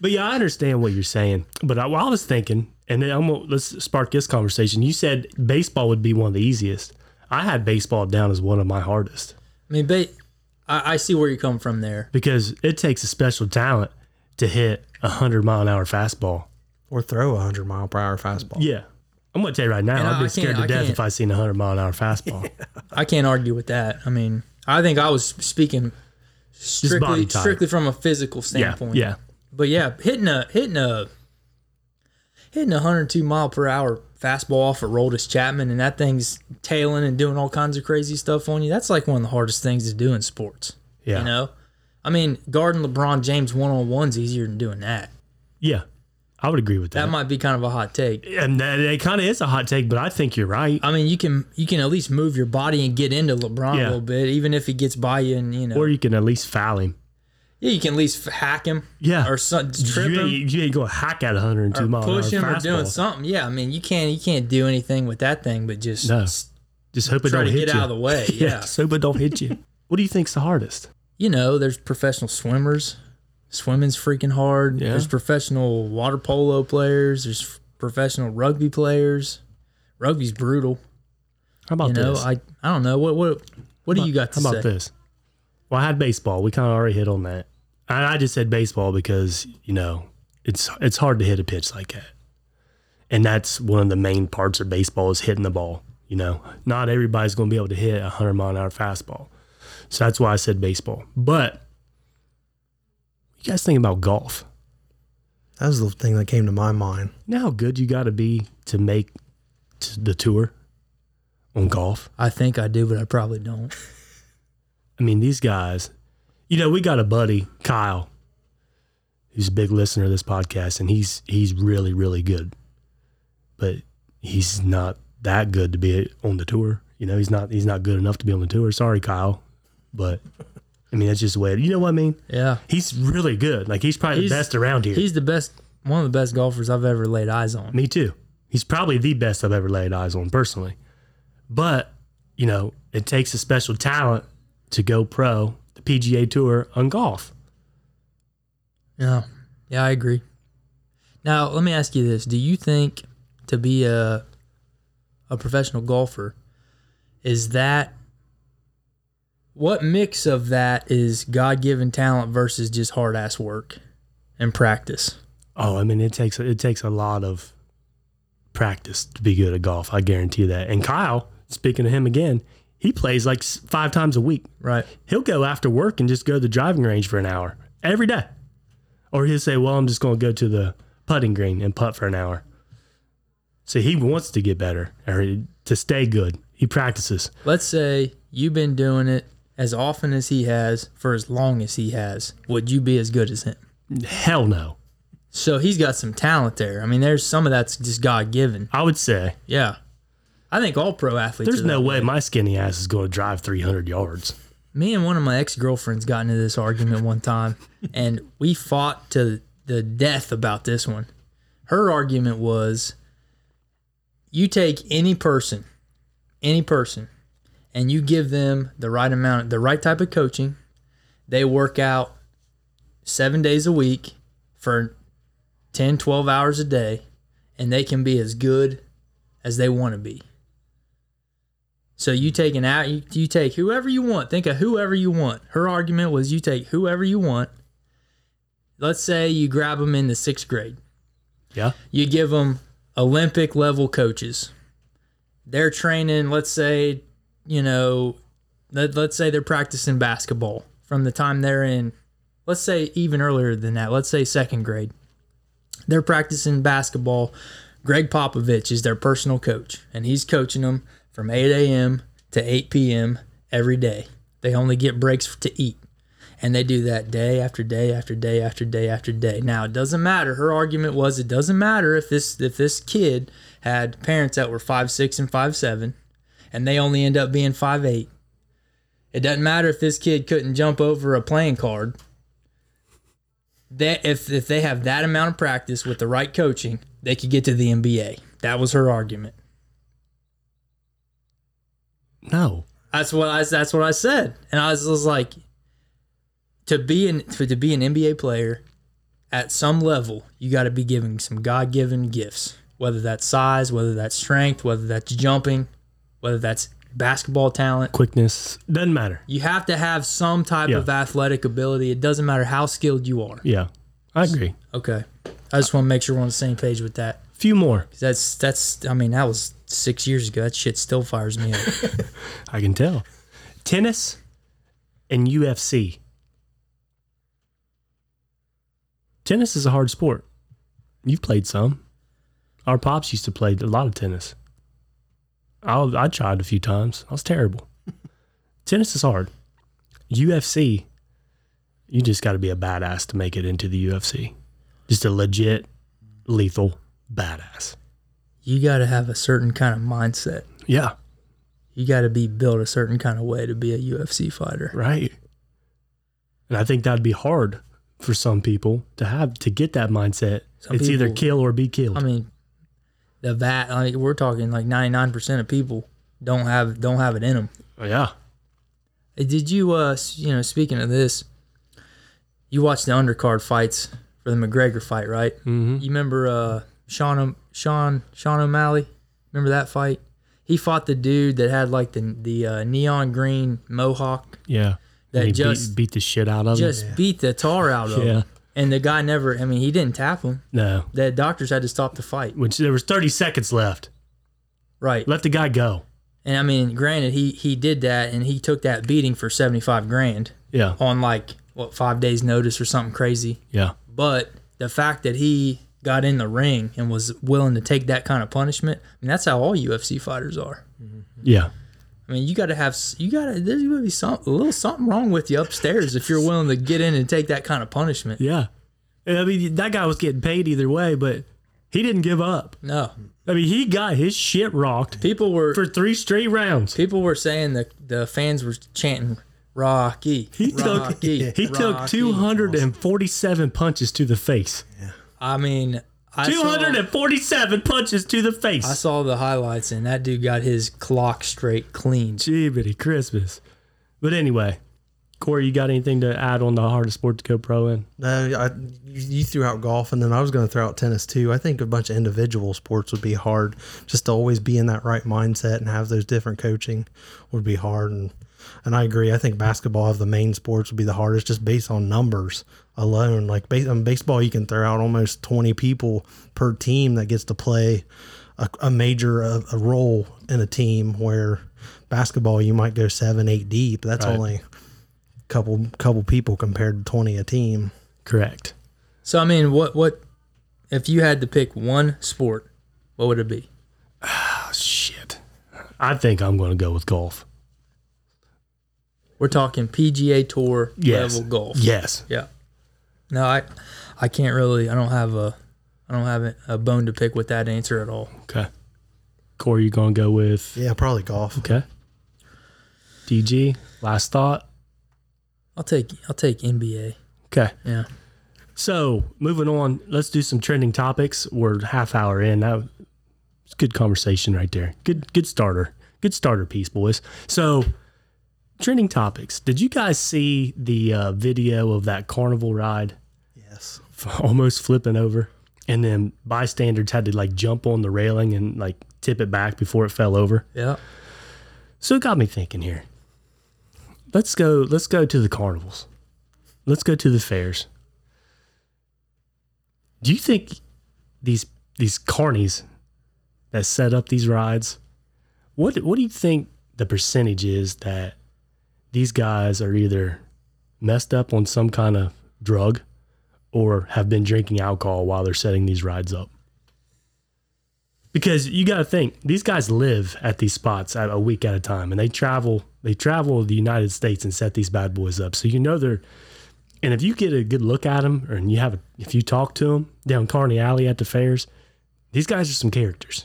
Speaker 1: But yeah, I understand what you're saying. But I, well, I was thinking, and then I'm gonna, let's spark this conversation. You said baseball would be one of the easiest. I had baseball down as one of my hardest
Speaker 2: I mean, but I, I see where you come from there.
Speaker 1: because it takes a special talent to hit a hundred mile an hour fastball.
Speaker 3: or throw a hundred mile per hour fastball.
Speaker 1: Yeah, I'm gonna tell you right now,
Speaker 2: And I-
Speaker 1: I'd
Speaker 2: I
Speaker 1: be scared
Speaker 2: can't- I
Speaker 1: to death
Speaker 2: can't-
Speaker 1: if I seen a hundred mile an hour
Speaker 2: (laughs)
Speaker 1: fastball.
Speaker 2: I can't argue with that. I mean, I think I was speaking strictly
Speaker 1: body type.
Speaker 2: strictly from a physical
Speaker 1: Yeah,
Speaker 2: standpoint.
Speaker 1: yeah,
Speaker 2: But yeah, hitting a hitting a hitting a hundred two mile per hour fastball off of Roldis Chapman and that thing's tailing and doing all kinds of crazy stuff on you. That's like one of the hardest things to do in sports.
Speaker 1: yeah,
Speaker 2: You know, I mean, guarding LeBron James one on one's easier than doing that.
Speaker 1: yeah. I would agree with that.
Speaker 2: That might be kind of a hot take.
Speaker 1: and that, it kind of is a hot take, but I think you're right.
Speaker 2: I mean, you can you can at least move your body and get into LeBron
Speaker 1: Yeah.
Speaker 2: a little bit, even if he gets by you and you know.
Speaker 1: Or you can at least foul him.
Speaker 2: yeah, you can at least hack him.
Speaker 1: Yeah.
Speaker 2: Or some, trip
Speaker 1: You
Speaker 2: him.
Speaker 1: ain't, you ain't gonna hack at 102 mile an hour
Speaker 2: push him or
Speaker 1: uh, fastball.
Speaker 2: doing something. Yeah, I mean, you can't you can't do anything with that thing, but just
Speaker 1: No.
Speaker 2: s-
Speaker 1: Just hope it
Speaker 2: try
Speaker 1: don't
Speaker 2: to
Speaker 1: hit
Speaker 2: get
Speaker 1: you.
Speaker 2: out
Speaker 1: (laughs)
Speaker 2: of the way. Yeah.
Speaker 1: so but don't hit you. What do you think's the hardest?
Speaker 2: you know, there's professional swimmers. Swimming's freaking hard.
Speaker 1: Yeah.
Speaker 2: There's professional water polo players. There's f- professional rugby players. Rugby's brutal.
Speaker 1: How about
Speaker 2: You know,
Speaker 1: this?
Speaker 2: I I don't know what what what do you got to
Speaker 1: How about
Speaker 2: say?
Speaker 1: this? Well, I had baseball. We kind of already hit on that. And I just said baseball because you know it's it's hard to hit a pitch like that, and that's one of the main parts of baseball is hitting the ball. You know, not everybody's going to be able to hit a hundred mile an hour fastball, so that's why I said baseball. But you guys think about golf.
Speaker 3: That was the thing that came to my mind.
Speaker 1: You know how good you got to be to make t- the tour on golf.
Speaker 2: I think I do, but I probably don't.
Speaker 1: I mean, these guys, you know, we got a buddy, Kyle, who's a big listener of this podcast, and he's he's really, really good. But he's not that good to be on the tour. You know, he's not he's not good enough to be on the tour. Sorry, Kyle. But I mean that's just the way it, you know what I mean?
Speaker 2: Yeah,
Speaker 1: He's really good. Like he's probably
Speaker 2: He's-
Speaker 1: the best around here.
Speaker 2: he's the best, one of the best golfers I've ever laid eyes on.
Speaker 1: Me too. He's probably the best I've ever laid eyes on personally. But, you know, it takes a special talent to go pro, the PGA Tour on golf.
Speaker 2: Yeah. Yeah, I agree. Now, let me ask you this. Do you think to be a a professional golfer is that what mix of that is God-given talent versus just hard-ass work and practice?
Speaker 1: Oh, I mean, it takes it takes a lot of practice to be good at golf. I guarantee that. And Kyle, speaking of him again, he plays like s- five times a week.
Speaker 2: Right.
Speaker 1: He'll go after work and just go to the driving range for an hour every day, or he'll say, "Well, I'm just going to go to the putting green and putt for an hour." So he wants to get better or to stay good. He practices.
Speaker 2: Let's say you've been doing it as often as he has for as long as he has. Would you be as good as him?
Speaker 1: Hell no,
Speaker 2: So he's got some talent there. I mean, there's some of that's just God given.
Speaker 1: I would say
Speaker 2: Yeah. I think all pro athletes.
Speaker 1: there's
Speaker 2: are that
Speaker 1: no way my skinny ass is going to drive 300 yards.
Speaker 2: me and one of my ex-girlfriends got into this argument
Speaker 1: (laughs)
Speaker 2: one time and we fought to the death about this one her argument was you take any person any person and you give them the right amount the right type of coaching they work out seven days a week for 10 12 hours a day and they can be as good as they want to be so you take an out, you, you take whoever you want. Think of whoever you want. Her argument was you take whoever you want. Let's say you grab them in the sixth grade.
Speaker 1: Yeah.
Speaker 2: You give them Olympic level coaches. They're training. Let's say, you know, let, let's say they're practicing basketball from the time they're in. Let's say even earlier than that. Let's say second grade. They're practicing basketball. Greg Popovich is their personal coach, and he's coaching them from 8 a.m. to 8 p.m. every day. They only get breaks to eat. And they do that day after day after day after day after day. Now it doesn't matter. Her argument was it doesn't matter if this if this kid had parents that were five six and five seven, and they only end up being five eight. It doesn't matter if this kid couldn't jump over a playing card. That if if they have that amount of practice with the right coaching, they could get to the NBA. That was her argument.
Speaker 1: No.
Speaker 2: That's what I that's what I said, and I was, was like, to be an for, to be an NBA player, at some level, you got to be giving some God given gifts, whether that's size, whether that's strength, whether that's jumping, whether that's basketball talent.
Speaker 1: Quickness doesn't matter.
Speaker 2: You have to have some type
Speaker 1: Yeah.
Speaker 2: of athletic ability. It doesn't matter how skilled you are.
Speaker 1: Yeah. I agree.
Speaker 2: Okay, I just want to make sure we're on the same page with that.
Speaker 1: Few more.
Speaker 2: 'Cause That's that's I mean that was six years ago. That shit still fires me up.
Speaker 1: I can tell. Tennis and UFC. Tennis is a hard sport. You've played some. Our pops used to play a lot of tennis. I I tried a few times. I was terrible. (laughs) tennis is hard. UFC, you just got to be a badass to make it into the UFC. Just a legit, lethal badass.
Speaker 2: you got to have a certain kind of mindset.
Speaker 1: Yeah,
Speaker 2: you got to be built a certain kind of way to be a UFC fighter.
Speaker 1: Right. And I think that'd be hard for some people to have to get that mindset.
Speaker 2: Some
Speaker 1: it's either
Speaker 2: people-
Speaker 1: kill or be killed.
Speaker 2: I mean, the VAT. I mean, we're talking like ninety nine percent of people don't have don't have it in them.
Speaker 1: Oh, yeah.
Speaker 2: Did you uh s- you know speaking of this, you watched the undercard fights for the McGregor fight, right? Mm-hmm. You remember uh Sean O- Sean Sean O'Malley? Remember that fight? He fought the dude that had like the the uh, neon green mohawk
Speaker 1: Yeah. And he
Speaker 2: just-
Speaker 1: beat, beat the shit out of
Speaker 2: just beat the tar out of
Speaker 1: him. Oh, (laughs) Yeah.
Speaker 2: him. And the guy never, I mean, he didn't tap him.
Speaker 1: No.
Speaker 2: The doctors had to stop the fight.
Speaker 1: Which there was 30 seconds left.
Speaker 2: Right.
Speaker 1: Let the guy go.
Speaker 2: And I mean, granted, he he did that and he took that beating for seventy five grand
Speaker 1: Yeah.
Speaker 2: on like what five days notice or something crazy.
Speaker 1: Yeah.
Speaker 2: But the fact that he got in the ring and was willing to take that kind of punishment, I mean, that's how all UFC fighters are.
Speaker 1: Yeah.
Speaker 2: I mean, you got to have s- you got to there's gonna be some a little something wrong with you upstairs if you're willing to get in and take that kind of punishment.
Speaker 1: Yeah. And I mean, that guy was getting paid either way, but he didn't give up.
Speaker 2: No,
Speaker 1: I mean, he got his shit rocked
Speaker 2: people were
Speaker 1: for three straight rounds.
Speaker 2: people were saying the the fans were chanting Rocky.
Speaker 1: He took
Speaker 2: Rocky,
Speaker 1: (laughs) he took
Speaker 2: Rocky."
Speaker 1: 247 punches to the face.
Speaker 2: I mean, I saw-
Speaker 1: 247 punches to the face.
Speaker 2: I saw the highlights, and that dude got his clock straight clean.
Speaker 1: Jibbity Christmas. But anyway, Corey, you got anything to add on the hardest sport to go pro in?
Speaker 3: No, I, you you threw out golf, and then I was going to throw out tennis too. I think a bunch of individual sports would be hard. Just to always be in that right mindset and have those different coaching would be hard. And And I agree. I think basketball of the main sports would be the hardest just based on numbers alone. Like base, on baseball, you can throw out almost 20 people per team that gets to play a, a major a, a role in a team where basketball, you might go seven, eight deep. That's
Speaker 1: Right.
Speaker 3: only a couple, couple people compared to 20 a team.
Speaker 1: Correct.
Speaker 2: So I mean, what what if you had to pick one sport? What would it be?
Speaker 1: Oh, shit. I think I'm going to go with golf.
Speaker 2: We're talking PGA Tour
Speaker 1: Yes.
Speaker 2: level golf.
Speaker 1: Yes.
Speaker 2: Yeah. No, I I can't really. I don't have a I don't have a bone to pick with that answer at all.
Speaker 1: Okay. Corey, you going to go with?
Speaker 3: Yeah, probably golf.
Speaker 1: Okay. DG, last thought.
Speaker 2: I'll take I'll take NBA.
Speaker 1: Okay.
Speaker 2: Yeah.
Speaker 1: So moving on, let's do some trending topics. We're half hour in. That it's good conversation right there. Good good starter. Good starter piece, boys. So trending topics. Did you guys see the uh, video of that carnival ride (laughs)
Speaker 3: Yes.
Speaker 1: f- almost flipping over? And then bystanders had to like jump on the railing and like tip it back before it fell over.
Speaker 2: Yeah.
Speaker 1: So it got me thinking here. Let's go. Let's go to the carnivals. Let's go to the fairs. Do you think these these carnies that set up these rides? What what do you think the percentage is that these guys are either messed up on some kind of drug or have been drinking alcohol while they're setting these rides up? because you got to think these guys live at these spots at a week at a time and they travel they travel the united states and set these bad boys up so you know they're and if you get a good look at them or and you have a, if you talk to them down carney alley at the fairs these guys are some characters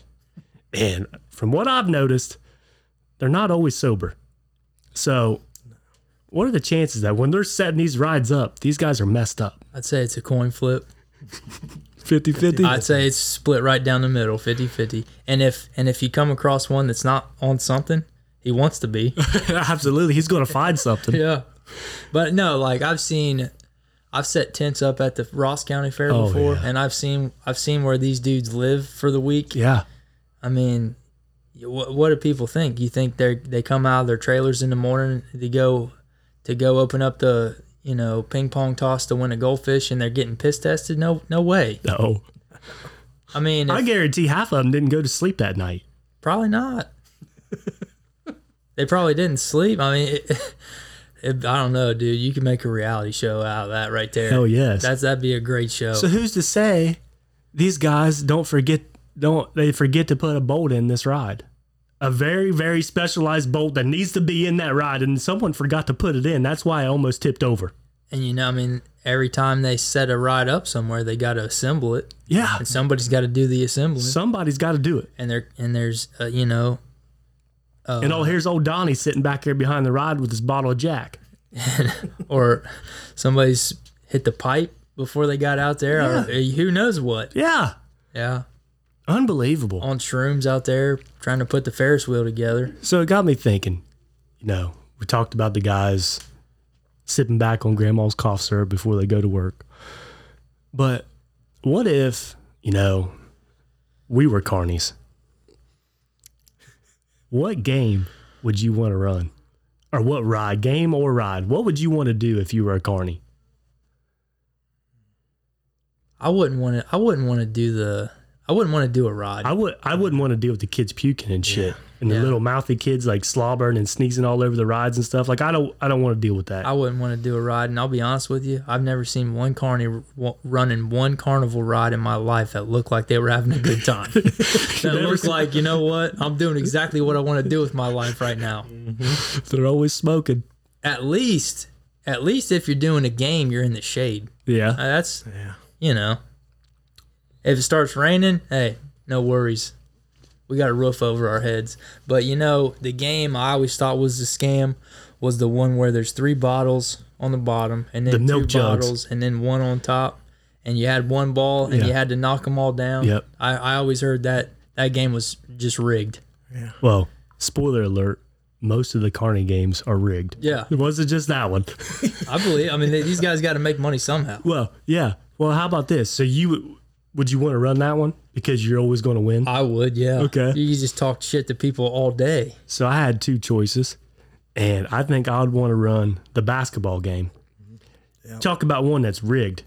Speaker 1: and from what i've noticed they're not always sober so what are the chances that when they're setting these rides up these guys are messed up
Speaker 2: I'd say it's a coin flip.
Speaker 1: 50-50
Speaker 2: I'd say it's split right down the middle, 50-50. And if and if you come across one that's not on something, he wants to be.
Speaker 1: (laughs) absolutely he's going to find
Speaker 2: (laughs)
Speaker 1: something
Speaker 2: yeah. But no, like I've seen I've set tents up at the Ross County Fair
Speaker 1: Oh,
Speaker 2: before
Speaker 1: yeah.
Speaker 2: and I've seen I've seen where these dudes live for the week.
Speaker 1: yeah
Speaker 2: I mean, what, what do people think? You think they they come out of their trailers in the morning to go to go open up the you know ping pong toss to win a goldfish and they're getting piss tested? No, no way.
Speaker 1: no
Speaker 2: I mean,
Speaker 1: I
Speaker 2: if-
Speaker 1: guarantee half of them didn't go to sleep that night.
Speaker 2: probably not. they probably didn't sleep. I mean, it, (laughs) it, I don't know, dude. You can make a reality show out of that right there.
Speaker 1: Hell yes.
Speaker 2: That's that'd be a great show.
Speaker 1: so who's to say these guys don't forget don't they forget to put a bolt in this ride? A very very specialized bolt that needs to be in that ride, and someone forgot to put it in. That's why I almost tipped over.
Speaker 2: and you know, I mean, every time they set a ride up somewhere, they got to assemble it,
Speaker 1: Yeah,
Speaker 2: and somebody's got to do the assembling.
Speaker 1: somebody's got to do it.
Speaker 2: and there and there's uh, you know
Speaker 1: and oh, here's old Donnie sitting back here behind the ride with his bottle of Jack.
Speaker 2: or somebody's hit the pipe before they got out there, or uh, who knows what.
Speaker 1: Yeah,
Speaker 2: Yeah,
Speaker 1: unbelievable.
Speaker 2: on shrooms out there trying to put the Ferris wheel together.
Speaker 1: So it got me thinking, you know, we talked about the guys sipping back on grandma's cough syrup before they go to work. But what if, you know, we were carnies? What game would you want to run? Or what ride, game or ride? What would you want to do if you were a carny?
Speaker 2: I wouldn't want to. I wouldn't want to do the. I wouldn't want to do a ride.
Speaker 1: I would I wouldn't want to deal with the kids puking and shit. And the
Speaker 2: Yeah.
Speaker 1: little mouthy kids like slobbering and sneezing all over the rides and stuff. Like I don't I don't want to deal with that.
Speaker 2: I wouldn't want to do a ride, and I'll be honest with you, I've never seen one carny r- wa- running one carnival ride in my life that looked like they were having a good time. that looks like you know what I'm doing exactly what I want to do with my life right now.
Speaker 1: They're always smoking.
Speaker 2: At least, at least if you're doing a game, you're in the shade.
Speaker 1: Yeah.
Speaker 2: Uh, That's
Speaker 3: Yeah.
Speaker 2: you know, if it starts raining, hey, no worries. We got a roof over our heads. But you know, the game I always thought was a scam was the one where there's three bottles on the bottom and then
Speaker 1: The
Speaker 2: two
Speaker 1: milk jugs.
Speaker 2: bottles and then one on top. And you had one ball and you
Speaker 1: Yeah.
Speaker 2: had to knock them all down.
Speaker 1: Yep.
Speaker 2: I, I always heard that that game was just rigged.
Speaker 1: Well, spoiler alert: most of the Carney games are rigged.
Speaker 2: Yeah.
Speaker 1: it wasn't just that one.
Speaker 2: I believe. I mean, they, these guys got to make money somehow.
Speaker 1: well, yeah. Well, how about this? So you would- would you want to run that one because you're always going to win?
Speaker 2: I would, yeah.
Speaker 1: Okay.
Speaker 2: You just talk shit to people all day.
Speaker 1: So I had two choices, and I think I'd want to run the basketball game. Talk about one that's rigged.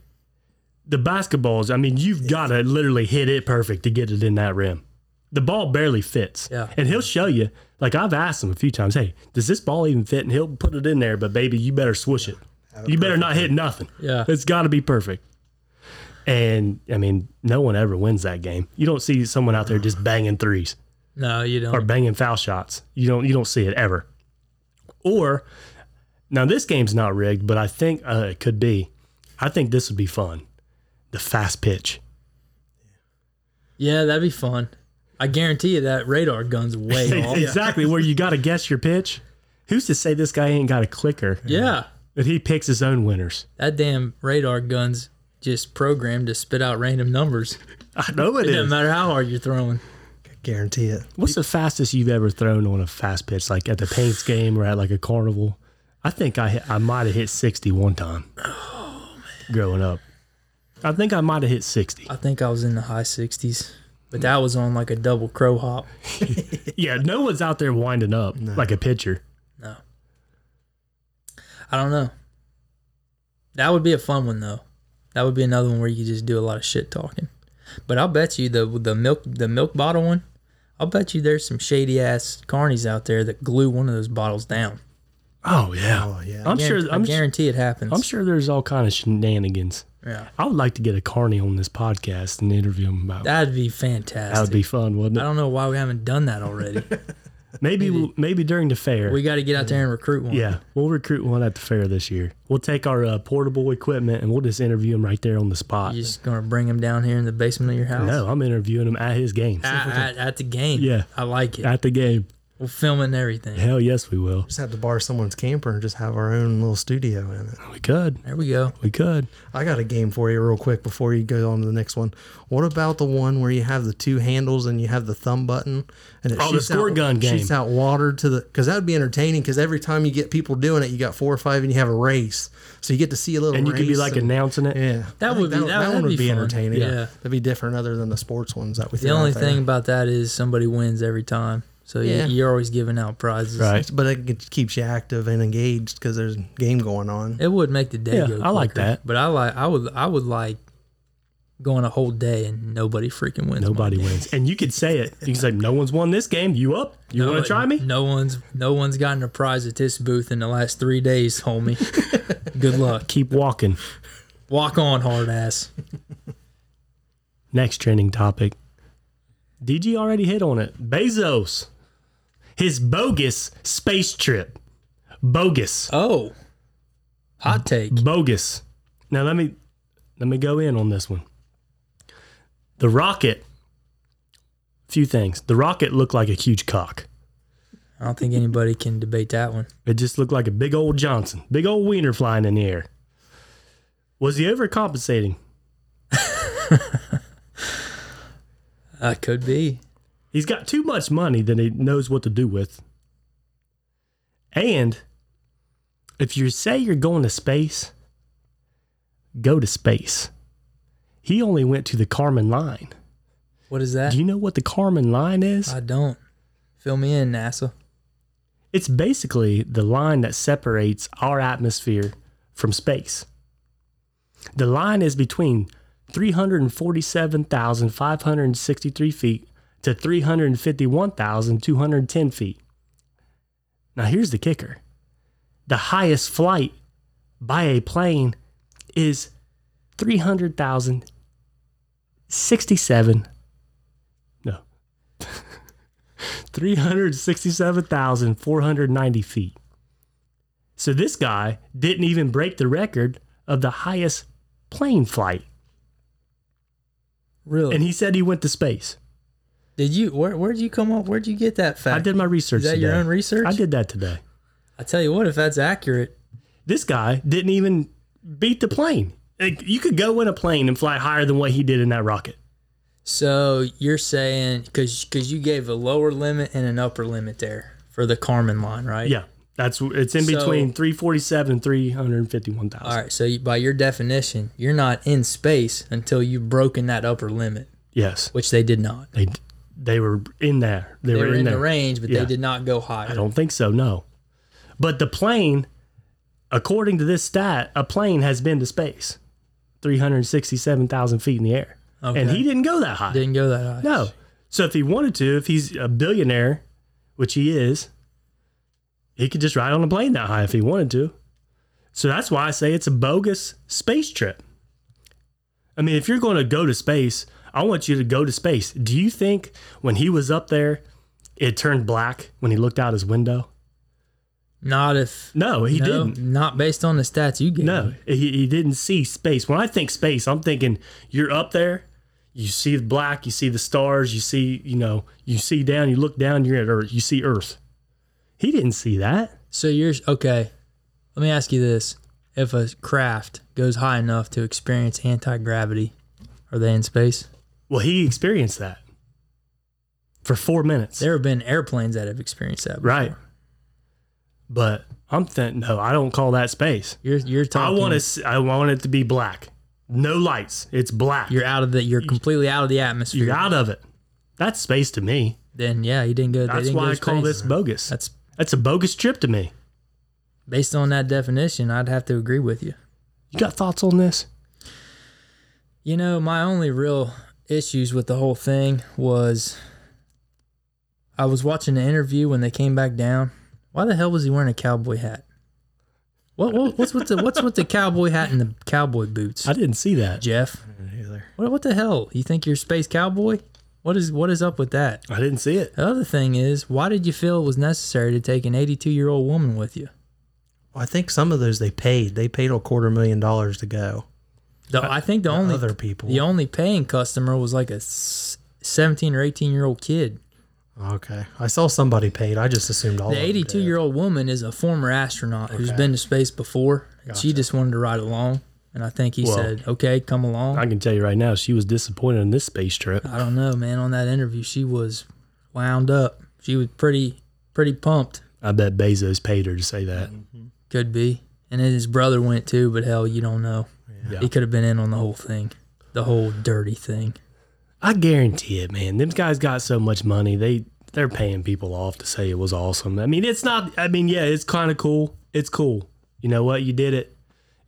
Speaker 1: The basketballs, I mean, you've got to literally hit it perfect to get it in that rim. The ball barely fits.
Speaker 2: Yeah.
Speaker 1: And he'll show you. Like I've asked him a few times, hey, does this ball even fit? And he'll put it in there, but baby, you better swoosh it. You better not hit nothing.
Speaker 2: Yeah.
Speaker 1: It's got to be perfect. And I mean, no one ever wins that game. You don't see someone out there just banging threes
Speaker 2: No, you don't.
Speaker 1: or banging foul shots. You don't you don't see it ever. Or now this game's not rigged, but I think uh, it could be. I think this would be fun. The fast pitch.
Speaker 2: yeah, that'd be fun. I guarantee you that radar gun's
Speaker 1: (laughs) Oh,
Speaker 2: way off.
Speaker 1: exactly where you got to guess your pitch. Who's to say this guy ain't got a clicker
Speaker 2: Yeah.
Speaker 1: that he picks his own winners?
Speaker 2: That damn radar gun's just programmed to spit out random numbers.
Speaker 1: I know it
Speaker 2: It doesn't
Speaker 1: is.
Speaker 2: matter how hard you're throwing.
Speaker 3: Guarantee it.
Speaker 1: What's the fastest you've ever thrown on a fast pitch, like at the Paints game or at like a carnival? I think I hit, I might have hit sixty one time growing up. I think I might have hit sixty.
Speaker 2: I think I was in the high 60s, but that was on like a double crow hop.
Speaker 1: Yeah, no one's out there winding up like a pitcher.
Speaker 2: No. I don't know. That would be a fun one though. That would be another one where you just do a lot of shit talking. But I'll bet you the the milk the milk bottle one, I'll bet you there's some shady ass carnies out there that glue one of those bottles down.
Speaker 1: Oh yeah,
Speaker 3: Oh, yeah.
Speaker 1: I'm sure.
Speaker 2: Guaran- I
Speaker 1: I'm, su-
Speaker 2: guarantee it happens.
Speaker 1: I'm sure there's all kind of shenanigans.
Speaker 2: yeah.
Speaker 1: I would like to get a carney on this podcast and interview him about. That,
Speaker 2: That'd be fantastic.
Speaker 1: would be fun, wouldn't
Speaker 2: I
Speaker 1: it?
Speaker 2: don't know why we haven't done
Speaker 1: (laughs)
Speaker 2: that already.
Speaker 1: Maybe maybe, during the fair.
Speaker 2: we got to get out there and recruit one.
Speaker 1: yeah, we'll recruit one at the fair this year. We'll take our uh, portable equipment and we'll just interview him right there on the spot.
Speaker 2: You just gonna bring him down here in the basement of your house?
Speaker 1: No, I'm interviewing him at his games.
Speaker 2: At, at, at the game.
Speaker 1: Yeah.
Speaker 2: I like it.
Speaker 1: At the game.
Speaker 2: We're filming everything.
Speaker 1: Hell yes, we will.
Speaker 3: Just have to borrow someone's camper and just have our own little studio in it.
Speaker 1: We could.
Speaker 2: There we go.
Speaker 1: We could.
Speaker 3: I got a game for you real quick before you go on to the next one. What about the one where you have the two handles and you have the thumb button and it
Speaker 1: Oh, the squirt
Speaker 3: out,
Speaker 1: gun game.
Speaker 3: shoots out water to the because that would be entertaining because every time you get people doing it, you got four or five and you have a race, so you get to see a little.
Speaker 1: And you could be
Speaker 3: race
Speaker 1: like
Speaker 3: and-
Speaker 1: announcing it.
Speaker 3: yeah,
Speaker 2: That
Speaker 3: I think
Speaker 2: would be- that-
Speaker 3: one
Speaker 2: that'd
Speaker 3: would
Speaker 2: be
Speaker 3: be
Speaker 2: fun.
Speaker 3: entertaining.
Speaker 2: Yeah.
Speaker 3: that'd be different other than the sports ones that we.
Speaker 2: The
Speaker 3: threw out
Speaker 2: only
Speaker 3: there.
Speaker 2: thing about that is somebody wins every time. So you-
Speaker 3: Yeah.
Speaker 2: you're always giving out prizes.
Speaker 1: Right.
Speaker 3: but it gets- keeps you active and engaged because there's a game going on.
Speaker 2: It would make the day
Speaker 1: Yeah,
Speaker 2: go
Speaker 1: I like
Speaker 2: quicker.
Speaker 1: that.
Speaker 2: But I like I would I would like going a whole day and nobody freaking wins. my
Speaker 1: Nobody
Speaker 2: game.
Speaker 1: wins. And you could say it. You can say, no one's won this game. You up? You
Speaker 2: No-
Speaker 1: want to try me?
Speaker 2: No one's no one's gotten a prize at this booth in the last three
Speaker 1: (laughs)
Speaker 2: days, homie. Good luck.
Speaker 1: Keep walking.
Speaker 2: Walk on, hard ass.
Speaker 1: Next trending topic. DG already hit on it. Bezos. His bogus space trip. Bogus.
Speaker 2: Oh, hot take.
Speaker 1: Bogus. Now let me let me go in on this one. The rocket. Few things. The rocket looked like a huge cock.
Speaker 2: I don't think anybody can debate that one.
Speaker 1: It just looked like a big old Johnson, big old wiener flying in the air. Was he overcompensating?
Speaker 2: I could be.
Speaker 1: He's got too much money that he knows what to do with. And if you say you're going to space, go to space. He only went to the Carmen line.
Speaker 2: What is that?
Speaker 1: Do you know what the Carmen line is?
Speaker 2: I don't. Fill me in, NASA.
Speaker 1: It's basically the line that separates our atmosphere from space. The line is between 347,563 feet to 351,210 feet. Now, here's the kicker the highest flight by a plane is 300,067. No, 367,490 feet. So this guy didn't even break the record of the highest plane flight.
Speaker 2: Really?
Speaker 1: And he said he went to space.
Speaker 2: Did you where where'd you come up? Where'd you get that fact?
Speaker 1: I did my research
Speaker 2: Is that
Speaker 1: today.
Speaker 2: your own research?
Speaker 1: I did that today.
Speaker 2: I tell you what, if that's accurate,
Speaker 1: This guy didn't even beat the plane. Like, you could go in a plane and fly higher than what he did in that rocket.
Speaker 2: so you're saying because because you gave a lower limit and an upper limit there for the Carmen line, right?
Speaker 1: Yeah. That's it's in
Speaker 2: So-
Speaker 1: between 347 and 351,000.
Speaker 2: All right. So you, by your definition, you're not in space until you've broken that upper limit,
Speaker 1: Yes.
Speaker 2: which they did not.
Speaker 1: They they were in there. They,
Speaker 2: They
Speaker 1: were, in,
Speaker 2: the
Speaker 1: there.
Speaker 2: range, but
Speaker 1: Yeah.
Speaker 2: they did not go higher.
Speaker 1: I don't think so, no. But the plane, according to this stat, a plane has been to space 367,000 feet in the air. And
Speaker 2: Okay.
Speaker 1: he didn't go that high.
Speaker 2: Didn't go that high.
Speaker 1: No. So if he wanted to, if he's a billionaire, which he is, he could just ride on a plane that high if he wanted to. So that's why I say it's a bogus space trip. I mean, if you're going to go to space, I want you to go to space. Do you think when he was up there, it turned black when he looked out his window?
Speaker 2: Not if
Speaker 1: No, he
Speaker 2: no,
Speaker 1: didn't.
Speaker 2: Not based on the stats you gave.
Speaker 1: No,
Speaker 2: me.
Speaker 1: he, he didn't see space. When I think space, I'm thinking you're up there, you see the black, you see the stars, you see, you know, you see down, you look down, you're at Earth, you see Earth. He didn't see that.
Speaker 2: So you're okay. Let me ask you this: If a craft goes high enough to experience anti gravity, are they in space?
Speaker 1: Well, he experienced that for four minutes.
Speaker 2: There have been airplanes that have experienced that. Before.
Speaker 1: right. But I'm thinking, no, I don't call that space.
Speaker 2: You're you're
Speaker 1: I
Speaker 2: talking.
Speaker 1: want to. I want it to be black. No lights. It's black.
Speaker 2: You're out of the. You're completely out of the atmosphere.
Speaker 1: You're out of it. That's space to me.
Speaker 2: Then yeah, you didn't go. they
Speaker 1: That's
Speaker 2: didn't go
Speaker 1: why I
Speaker 2: to
Speaker 1: call
Speaker 2: space.
Speaker 1: this bogus.
Speaker 2: That's
Speaker 1: That's a bogus trip to me.
Speaker 2: based on that definition. I'd have to agree with you.
Speaker 1: You got thoughts on this?
Speaker 2: You know, my only real issues with the whole thing was I was watching the interview when they came back down. Why the hell was he wearing a cowboy hat? What, what what's with the what's with the cowboy hat and the cowboy boots?
Speaker 1: I didn't see that.
Speaker 2: Jeff,
Speaker 3: Either.
Speaker 2: what what the hell? You think you're a space cowboy? What is what is up with that?
Speaker 1: I didn't see it.
Speaker 2: The other thing is, why did you feel it was necessary to take an 82 year old woman with you?
Speaker 3: Well, I think some of those they paid. They paid a quarter million dollars to go.
Speaker 2: The, I think the only
Speaker 3: other people.
Speaker 2: the only paying customer was like a s- 17 or 18 year old kid.
Speaker 3: Okay. I saw somebody paid. Oh, I just assumed all.
Speaker 2: The
Speaker 3: of them
Speaker 2: 82
Speaker 3: did.
Speaker 2: year old woman is a former astronaut who's
Speaker 3: Okay.
Speaker 2: been to space before. And She just wanted to ride along. And I think he
Speaker 1: Well-
Speaker 2: said, okay, come along. I,
Speaker 1: I can tell you right now, she was disappointed in this space trip.
Speaker 2: don't know, man. On that interview, she was wound up. She was pretty, pretty pumped.
Speaker 1: I bet Bezos paid her to say that.
Speaker 2: Could be. And then his brother went too, but hell, you don't know.
Speaker 1: Yeah.
Speaker 2: He could have been in on the whole thing, the whole dirty thing.
Speaker 1: I guarantee it, man. Them guys got so much money. They they're paying people off to say it was awesome. I mean, it's not I mean, yeah, it's kind of cool. It's cool. You know what? You did it.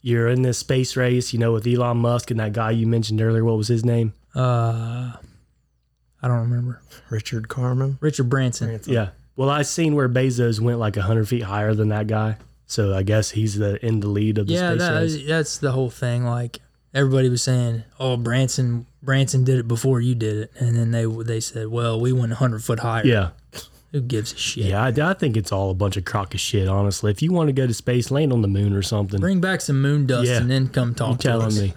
Speaker 1: You're in this space race, you know, with Elon Musk and that guy you mentioned earlier. What was his name?
Speaker 2: Uh, I don't remember.
Speaker 3: Richard Carmen.
Speaker 2: Richard Branson.
Speaker 1: Yeah. Well, I seen where Bezos went like 100 feet higher than that guy. So I guess he's the in the lead of the
Speaker 2: yeah,
Speaker 1: space race.
Speaker 2: that, that's the whole thing. Like everybody was saying, "Oh, Branson, Branson did it before you did it," and then they they said, "Well, we went 100 foot higher."
Speaker 1: yeah.
Speaker 2: Who gives a shit?
Speaker 1: Yeah, I, I think it's all a bunch of crock of shit, honestly. If you want to go to space, land on the moon or something.
Speaker 2: Bring back some moon dust
Speaker 1: Yeah.
Speaker 2: and then come talk
Speaker 1: you
Speaker 2: to
Speaker 1: telling
Speaker 2: us.
Speaker 1: me.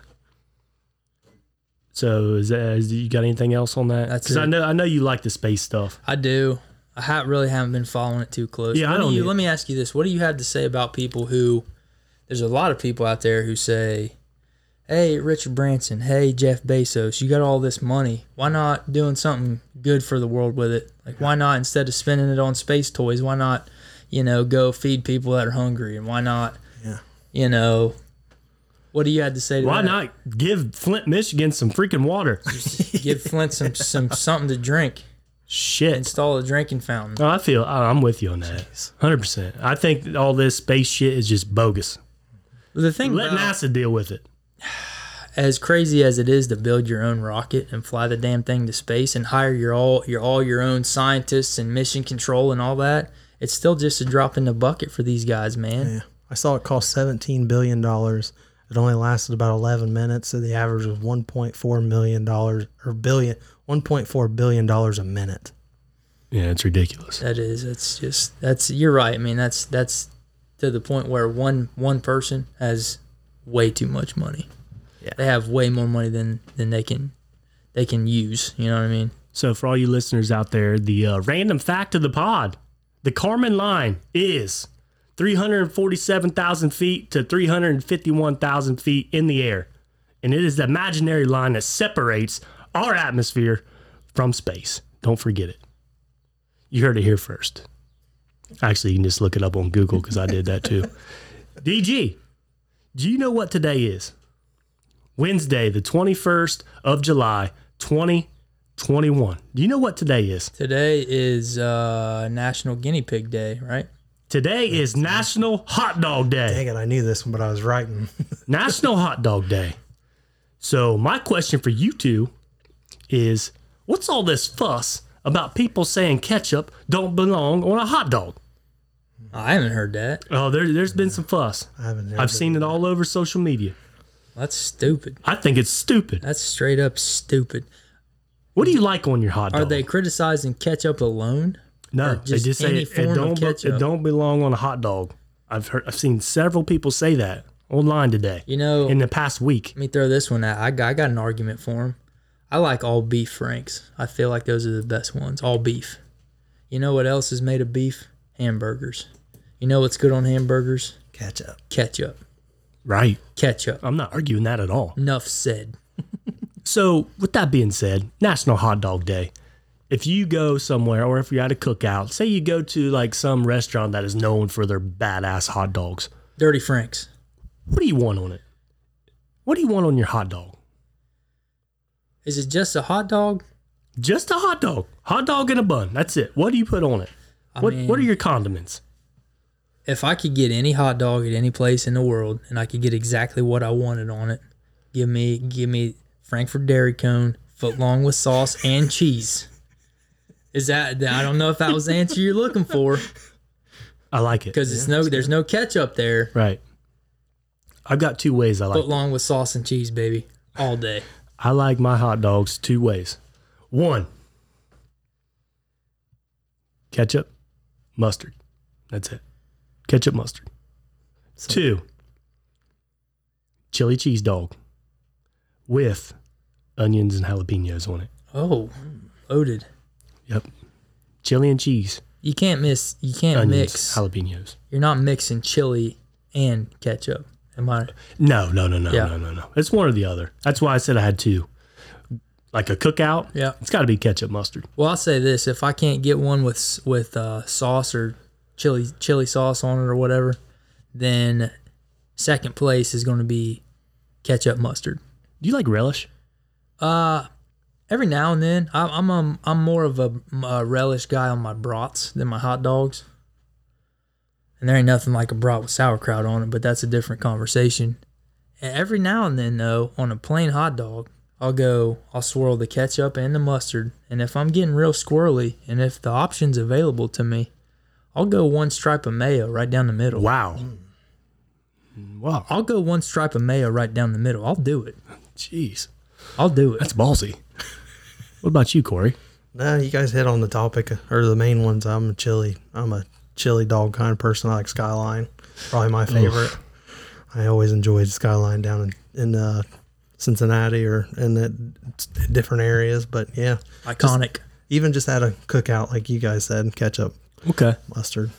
Speaker 1: So, is, that, is you got anything else on that?
Speaker 2: That's
Speaker 1: I
Speaker 2: it.
Speaker 1: know I know you like the space stuff.
Speaker 2: I do. I ha- really haven't been following it too close.
Speaker 1: Yeah, I
Speaker 2: What do
Speaker 1: don't
Speaker 2: you-
Speaker 1: either.
Speaker 2: let me ask you this: What do you have to say about people who? There's a lot of people out there who say, "Hey, Richard Branson. Hey, Jeff Bezos. You got all this money. Why not doing something good for the world with it? Like, why not instead of spending it on space toys? Why not, you know, go feed people that are hungry? And why not,
Speaker 3: Yeah.
Speaker 2: you know, what do you have to say to
Speaker 1: Why
Speaker 2: that?
Speaker 1: not give Flint, Michigan some freaking water?
Speaker 2: give Flint some
Speaker 1: (laughs)
Speaker 2: some something to drink?
Speaker 1: Shit.
Speaker 2: Install a drinking fountain.
Speaker 1: No, I feel I- I'm with you on that. 100%. I think that all this space shit is just bogus.
Speaker 2: The thing
Speaker 1: Let
Speaker 2: about-
Speaker 1: NASA deal with it.
Speaker 2: as crazy as it is to build your own rocket and fly the damn thing to space and hire your all your all your own scientists and mission control and all that, it's still just a drop in the bucket for these guys, man.
Speaker 3: Yeah. I saw it cost seventeen billion dollars. It only lasted about eleven minutes, so the average was one point four million dollars or billion one point four billion dollars a minute.
Speaker 1: Yeah, it's ridiculous.
Speaker 2: That is, it's just that's you're right. I mean, that's that's to the point where one one person has way too much money. Yeah. They have way more money than than they can they can use, you know what I mean?
Speaker 1: So, for all you listeners out there, the uh, random fact of the pod the Carmen line is 347,000 feet to 351,000 feet in the air. And it is the imaginary line that separates our atmosphere from space. Don't forget it. You heard it here first. Actually, you can just look it up on Google because I did that too. (laughs) DG, do you know what today is? Wednesday, the 21st of July, 2021. Do you know what today is?
Speaker 2: Today is uh National Guinea Pig Day, right?
Speaker 1: Today is National Hot Dog Day.
Speaker 3: Dang it, I knew this one, but I was writing. (laughs)
Speaker 1: National Hot Dog Day. So, my question for you two is what's all this fuss about people saying ketchup don't belong on a hot dog?
Speaker 2: I haven't heard that.
Speaker 1: Oh, there, there's been some fuss.
Speaker 3: I haven't
Speaker 1: I've seen it all over social media.
Speaker 2: That's stupid.
Speaker 1: I think it's stupid.
Speaker 2: That's straight up stupid.
Speaker 1: What do you like on your hot dog?
Speaker 2: Are they criticizing ketchup alone?
Speaker 1: No,
Speaker 2: or
Speaker 1: they
Speaker 2: just
Speaker 1: just say
Speaker 2: any
Speaker 1: it, it
Speaker 2: form of
Speaker 1: don't be- it
Speaker 2: ketchup?
Speaker 1: don't belong on a hot dog. I've heard I've seen several people say that online today
Speaker 2: You know,
Speaker 1: in the past week.
Speaker 2: let me throw this one out. I got, I got an argument for him. I like all beef franks. I feel like those are the best ones. All beef. You know what else is made of beef? Hamburgers. You know what's good on hamburgers?
Speaker 3: catch up.
Speaker 2: Ketchup.
Speaker 1: Right.
Speaker 2: Ketchup.
Speaker 1: I'm not arguing that at all.
Speaker 2: Enough said.
Speaker 1: So, with that being said, National Hot Dog Day. If you go somewhere or if you're at a cookout, say you go to like some restaurant that is known for their badass hot dogs,
Speaker 2: Dirty franks.
Speaker 1: what do you want on it? What do you want on your hot dog?
Speaker 2: Is it just a hot dog?
Speaker 1: Just a hot dog. Hot dog in a bun. That's it. What do you put on it?
Speaker 2: I
Speaker 1: what what are
Speaker 2: mean-
Speaker 1: your condiments?
Speaker 2: If I could get any hot dog at any place in the world and I could get exactly what I wanted on it, give me give me Frankfurt Dairy Cone, foot long with sauce and cheese. Is that I don't know if that was the answer you're looking for
Speaker 1: I like it.
Speaker 2: because it's no there's no ketchup there.
Speaker 1: Right. I've got two ways I like.
Speaker 2: Foot long with sauce and cheese, baby, all day.
Speaker 1: I like my hot dogs two ways. One, ketchup, mustard. That's it. Ketchup, mustard. Two, chili cheese dog with onions and jalapenos on it.
Speaker 2: Oh, loaded.
Speaker 1: Yep. Chili and cheese,
Speaker 2: You can't miss. You can't
Speaker 1: onions,
Speaker 2: mix.
Speaker 1: jalapenos.
Speaker 2: You're not mixing chili and ketchup. Am I?
Speaker 1: No, no, no, no,
Speaker 2: Yeah.
Speaker 1: no, no, no. It's one or the other. That's why I said I had two. Like a cookout,
Speaker 2: Yeah.
Speaker 1: it's got to be ketchup, mustard.
Speaker 2: Well, I'll say this: if I can't get one with s- with uh, sauce or chili chili sauce on it or whatever, then second place is going to be ketchup mustard.
Speaker 1: Do you like relish?
Speaker 2: Uh, Every now and then, I, I'm um, I'm more of a, uh relish guy on my brats than my hot dogs. And there ain't nothing like a brat with sauerkraut on it, but that's a different conversation. And every now and then, though, on a plain hot dog, I'll go, I'll swirl the ketchup and the mustard. And if I'm getting real squirrely, and if the option's available to me, I'll go one stripe of mayo right down the middle.
Speaker 1: Wow. Mm, Wow. Oh,
Speaker 2: I'll go one stripe of mayo right down the middle. I'll do it.
Speaker 1: Jeez.
Speaker 2: I'll do it.
Speaker 1: That's ballsy. (laughs) What about you, Corey?
Speaker 3: No, you guys hit on the topic or the main ones. I'm a chili. I'm a chili dog kind of person. I like Skyline, probably my favorite. I always enjoyed Skyline down in in uh, Cincinnati or in the different areas. But yeah,
Speaker 2: Iconic.
Speaker 3: even just at a cookout, like you guys said, ketchup,
Speaker 1: Okay.
Speaker 3: mustard.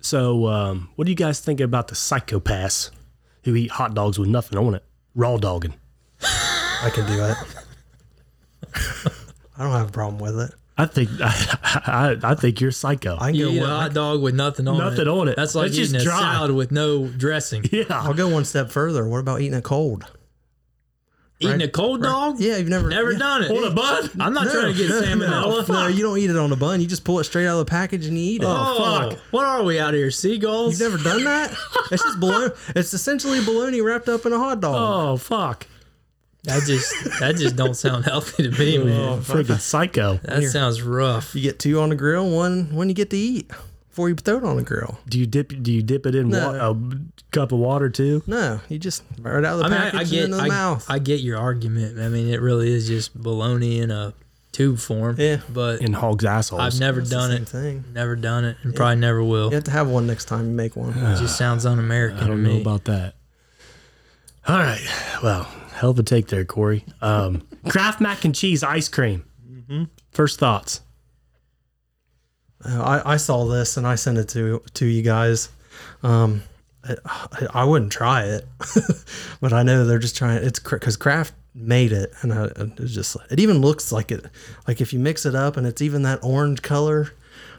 Speaker 1: So, um, what do you guys think about the psychopaths who eat hot dogs with nothing on it? Raw dogging.
Speaker 3: I
Speaker 2: (laughs)
Speaker 3: can do it. I don't have a problem with it.
Speaker 1: I think (laughs) I, I, I think you're psycho.
Speaker 3: I can
Speaker 2: You
Speaker 3: go.
Speaker 2: eat a
Speaker 3: one,
Speaker 2: hot dog with nothing on it.
Speaker 1: Nothing on it.
Speaker 2: That's like
Speaker 1: It's
Speaker 2: eating
Speaker 1: just
Speaker 2: a
Speaker 1: dry.
Speaker 2: salad with no dressing.
Speaker 1: yeah.
Speaker 3: I'll go one step further. What about eating it cold?
Speaker 2: Eating a cold dog?
Speaker 3: Yeah, you've never
Speaker 2: Never
Speaker 3: yeah.
Speaker 2: done it.
Speaker 1: On a bun?
Speaker 2: I'm not trying to get salmonella.
Speaker 3: (laughs) No, you don't eat it on a bun. You just pull it straight out of the package and you eat it.
Speaker 2: Oh,
Speaker 1: fuck.
Speaker 2: What are we out here?
Speaker 3: You've
Speaker 2: Seagulls?
Speaker 3: never done that? It's just bologna. It's essentially bologna wrapped up in a hot dog.
Speaker 1: Oh fuck.
Speaker 2: that just that just don't sound healthy to
Speaker 1: Oh,
Speaker 2: me, man.
Speaker 1: Freaking psycho.
Speaker 2: That sounds rough.
Speaker 3: You get two on the grill, one when you get to eat before you throw it on the grill.
Speaker 1: Do you dip? Do you dip it in
Speaker 3: No.
Speaker 1: wa- a cup of water too?
Speaker 3: No, you just right out of the
Speaker 2: I mean,
Speaker 3: package
Speaker 2: I, I
Speaker 3: and
Speaker 2: get
Speaker 3: into the
Speaker 2: I,
Speaker 3: mouth.
Speaker 2: I get your argument. I mean, it really is just baloney in a tube form.
Speaker 3: Yeah.
Speaker 2: But
Speaker 1: In hogs' assholes.
Speaker 2: I've never done
Speaker 3: Same
Speaker 2: it.
Speaker 3: thing.
Speaker 2: Never done it, and probably never will.
Speaker 3: You have to have one next time you make one.
Speaker 2: It just sounds un-American
Speaker 1: I don't
Speaker 2: to
Speaker 1: know
Speaker 2: me.
Speaker 1: about that. All right. Well, hell of a take there, Corey. Um, (laughs) Kraft mac and cheese ice cream. First thoughts.
Speaker 3: Uh, I, I saw this and I sent it to to you guys. Um, I, I- I wouldn't try it, (laughs) but I know they're just trying. It's because Kraft made it, and I, it's just it even looks like it. Like if you mix it up and it's even that orange color,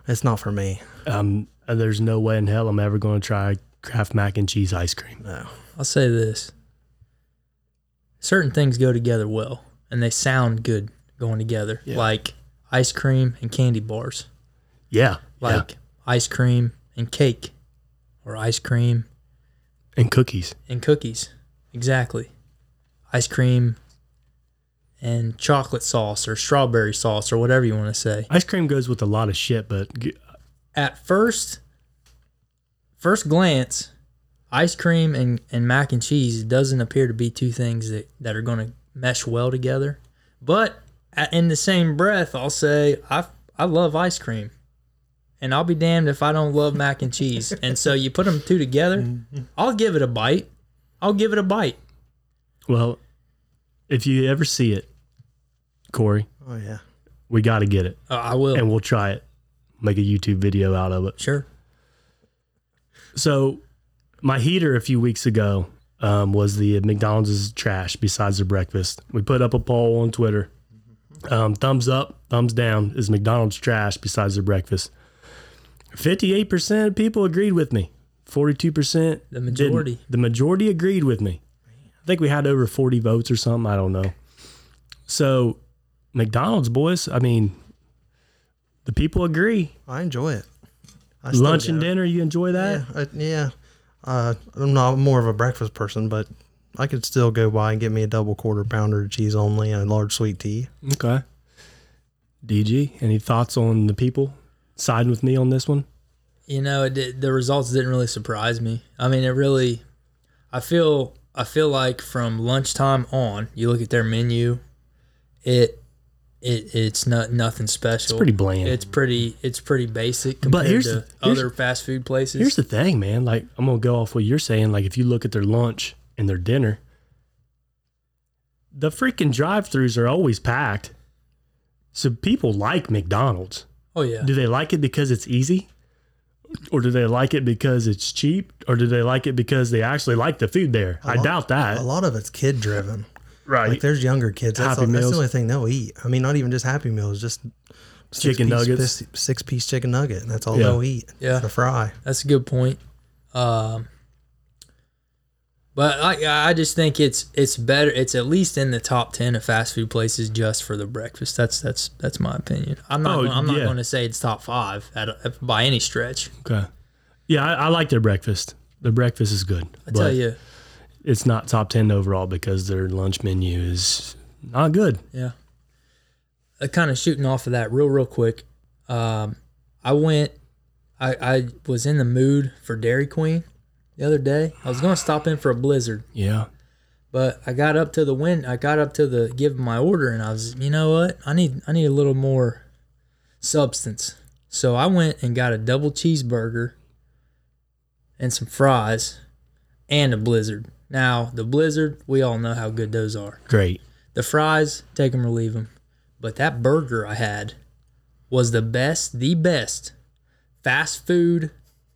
Speaker 3: it's not for me.
Speaker 1: Um, there's no way in hell I'm ever going to try Kraft mac and cheese ice cream. Uh,
Speaker 2: I'll say this. Certain things go together well and they sound good going together. Like ice cream and candy bars.
Speaker 1: Yeah.
Speaker 2: Like ice cream and cake or ice cream
Speaker 1: and cookies.
Speaker 2: and cookies. Exactly. Ice cream and chocolate sauce or strawberry sauce or whatever you want to say.
Speaker 1: Ice cream goes with a lot of shit, but g-
Speaker 2: At first first glance, ice cream and, and mac and cheese doesn't appear to be two things that, that are going to mesh well together. But a- in the same breath, I'll say I I love ice cream. And I'll be damned if I don't love mac and cheese. and so you put them two together, I'll give it a bite. I'll give it a bite.
Speaker 1: well, if you ever see it, Corey,
Speaker 3: Oh yeah.
Speaker 1: we got to get it
Speaker 2: Uh, I will.
Speaker 1: and we'll try it. Make a YouTube video out of it.
Speaker 2: sure.
Speaker 1: So, my heater a few weeks ago um, was the McDonald's is trash besides their breakfast. We put up a poll on Twitter. Um, thumbs up, thumbs down is McDonald's trash besides their breakfast. 58% of people agreed with me. 42%
Speaker 2: The majority.
Speaker 1: didn't. The majority agreed with me. I think we had over 40 votes or something. I don't know. So, McDonald's, boys, I mean, the people agree.
Speaker 3: I enjoy it. I still
Speaker 1: Lunch and
Speaker 3: go.
Speaker 1: dinner, you enjoy that?
Speaker 3: Yeah. I, yeah. Uh, I'm not more of a breakfast person, but I could still go by and get me a double quarter pounder of cheese only and a large sweet tea.
Speaker 1: Okay. DG, any thoughts on the people siding with me on this one?
Speaker 2: You know, it, did- the results didn't really surprise me. I mean, it really. I feel. I feel like from lunchtime on, you look at their menu, it, it it's not nothing special. It's
Speaker 1: Pretty bland.
Speaker 2: It's pretty. It's pretty basic compared
Speaker 1: here's
Speaker 2: to
Speaker 1: the- here's-
Speaker 2: other fast food places.
Speaker 1: Here's the thing, man. Like, I'm going to go off what you're saying. Like, if you look at their lunch and their dinner, the freaking drive throughs are always packed. So people like McDonald's.
Speaker 2: oh yeah.
Speaker 1: Do they like it because it's easy? Or do they like it because it's cheap? Or do they like it because they actually like the food there? I
Speaker 3: lot-
Speaker 1: doubt that.
Speaker 3: A lot of it's kid driven.
Speaker 1: right.
Speaker 3: Like there's younger kids. That's,
Speaker 1: Happy
Speaker 3: all, that's
Speaker 1: Meals.
Speaker 3: the only thing they'll eat. I mean, not even just Happy Meals, just
Speaker 1: Chicken
Speaker 3: six-piece-
Speaker 1: nuggets.
Speaker 3: fis- six piece chicken nugget. and That's all
Speaker 1: Yeah.
Speaker 3: they'll eat.
Speaker 2: Yeah.
Speaker 3: and a fry.
Speaker 2: That's a good point. Um, but I I just think it's it's better. It's at least in the top ten of fast food places just for the breakfast. That's that's that's my opinion. I'm not
Speaker 1: Oh,
Speaker 2: gonna, I'm not
Speaker 1: yeah.
Speaker 2: going to say it's top five at a, by any stretch.
Speaker 1: Okay. Yeah, I, I like their breakfast. Their breakfast is good.
Speaker 2: I tell you,
Speaker 1: it's not top 10 overall because their lunch menu is not good.
Speaker 2: yeah. Uh, kind of shooting off of that real real quick. Um, I went. I I was in the mood for Dairy Queen the other day. I was going to stop in for a blizzard.
Speaker 1: Yeah.
Speaker 2: But I got up to the win. I got up to the give my order, and I was, you know what? I need I need a little more substance. So I went and got a double cheeseburger and some fries and a blizzard. Now the blizzard, we all know how good those are.
Speaker 1: Great.
Speaker 2: The fries, take them or leave them. But that burger I had was the best, the best fast food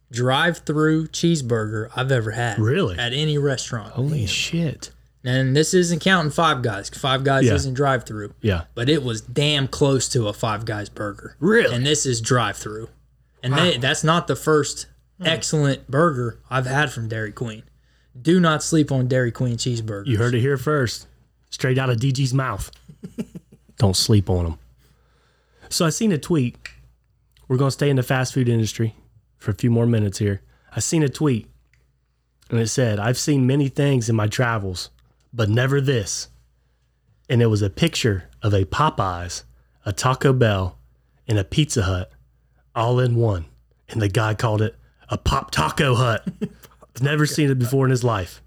Speaker 2: drive-through cheeseburger I've ever had.
Speaker 1: Really?
Speaker 2: At any restaurant.
Speaker 1: Holy shit.
Speaker 2: And this isn't counting Five Guys. 'cause Five Guys
Speaker 1: Yeah.
Speaker 2: isn't drive through,
Speaker 1: Yeah.
Speaker 2: but it was damn close to a Five Guys burger.
Speaker 1: Really?
Speaker 2: And this is drive through. And they, that's not the first excellent burger I've had from Dairy Queen. Do not sleep on Dairy Queen cheeseburgers.
Speaker 1: You heard it here first, straight out of DG's mouth. (laughs) Don't sleep on them. So I seen a tweet. We're going to stay in the fast food industry for a few more minutes here. I seen a tweet and it said, I've seen many things in my travels, but never this. And it was a picture of a Popeyes, a Taco Bell, and a Pizza Hut all in one. And the guy called it a Pop Taco Hut. (laughs) never seen it before in his life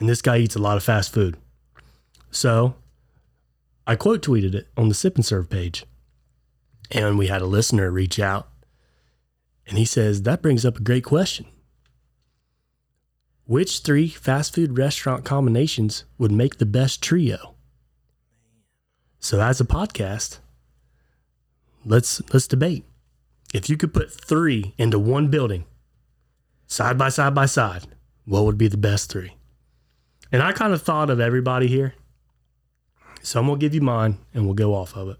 Speaker 1: and this guy eats a lot of fast food. So I quote tweeted it on the Sip and Serve page. And we had a listener reach out and he says, That brings up a great question. Which three fast food restaurant combinations would make the best trio? So as a podcast, let's let's debate. If you could put three into one building, side by side by side, what would be the best three? And I kind of thought of everybody here. So I'm going to give you mine and we'll go off of it.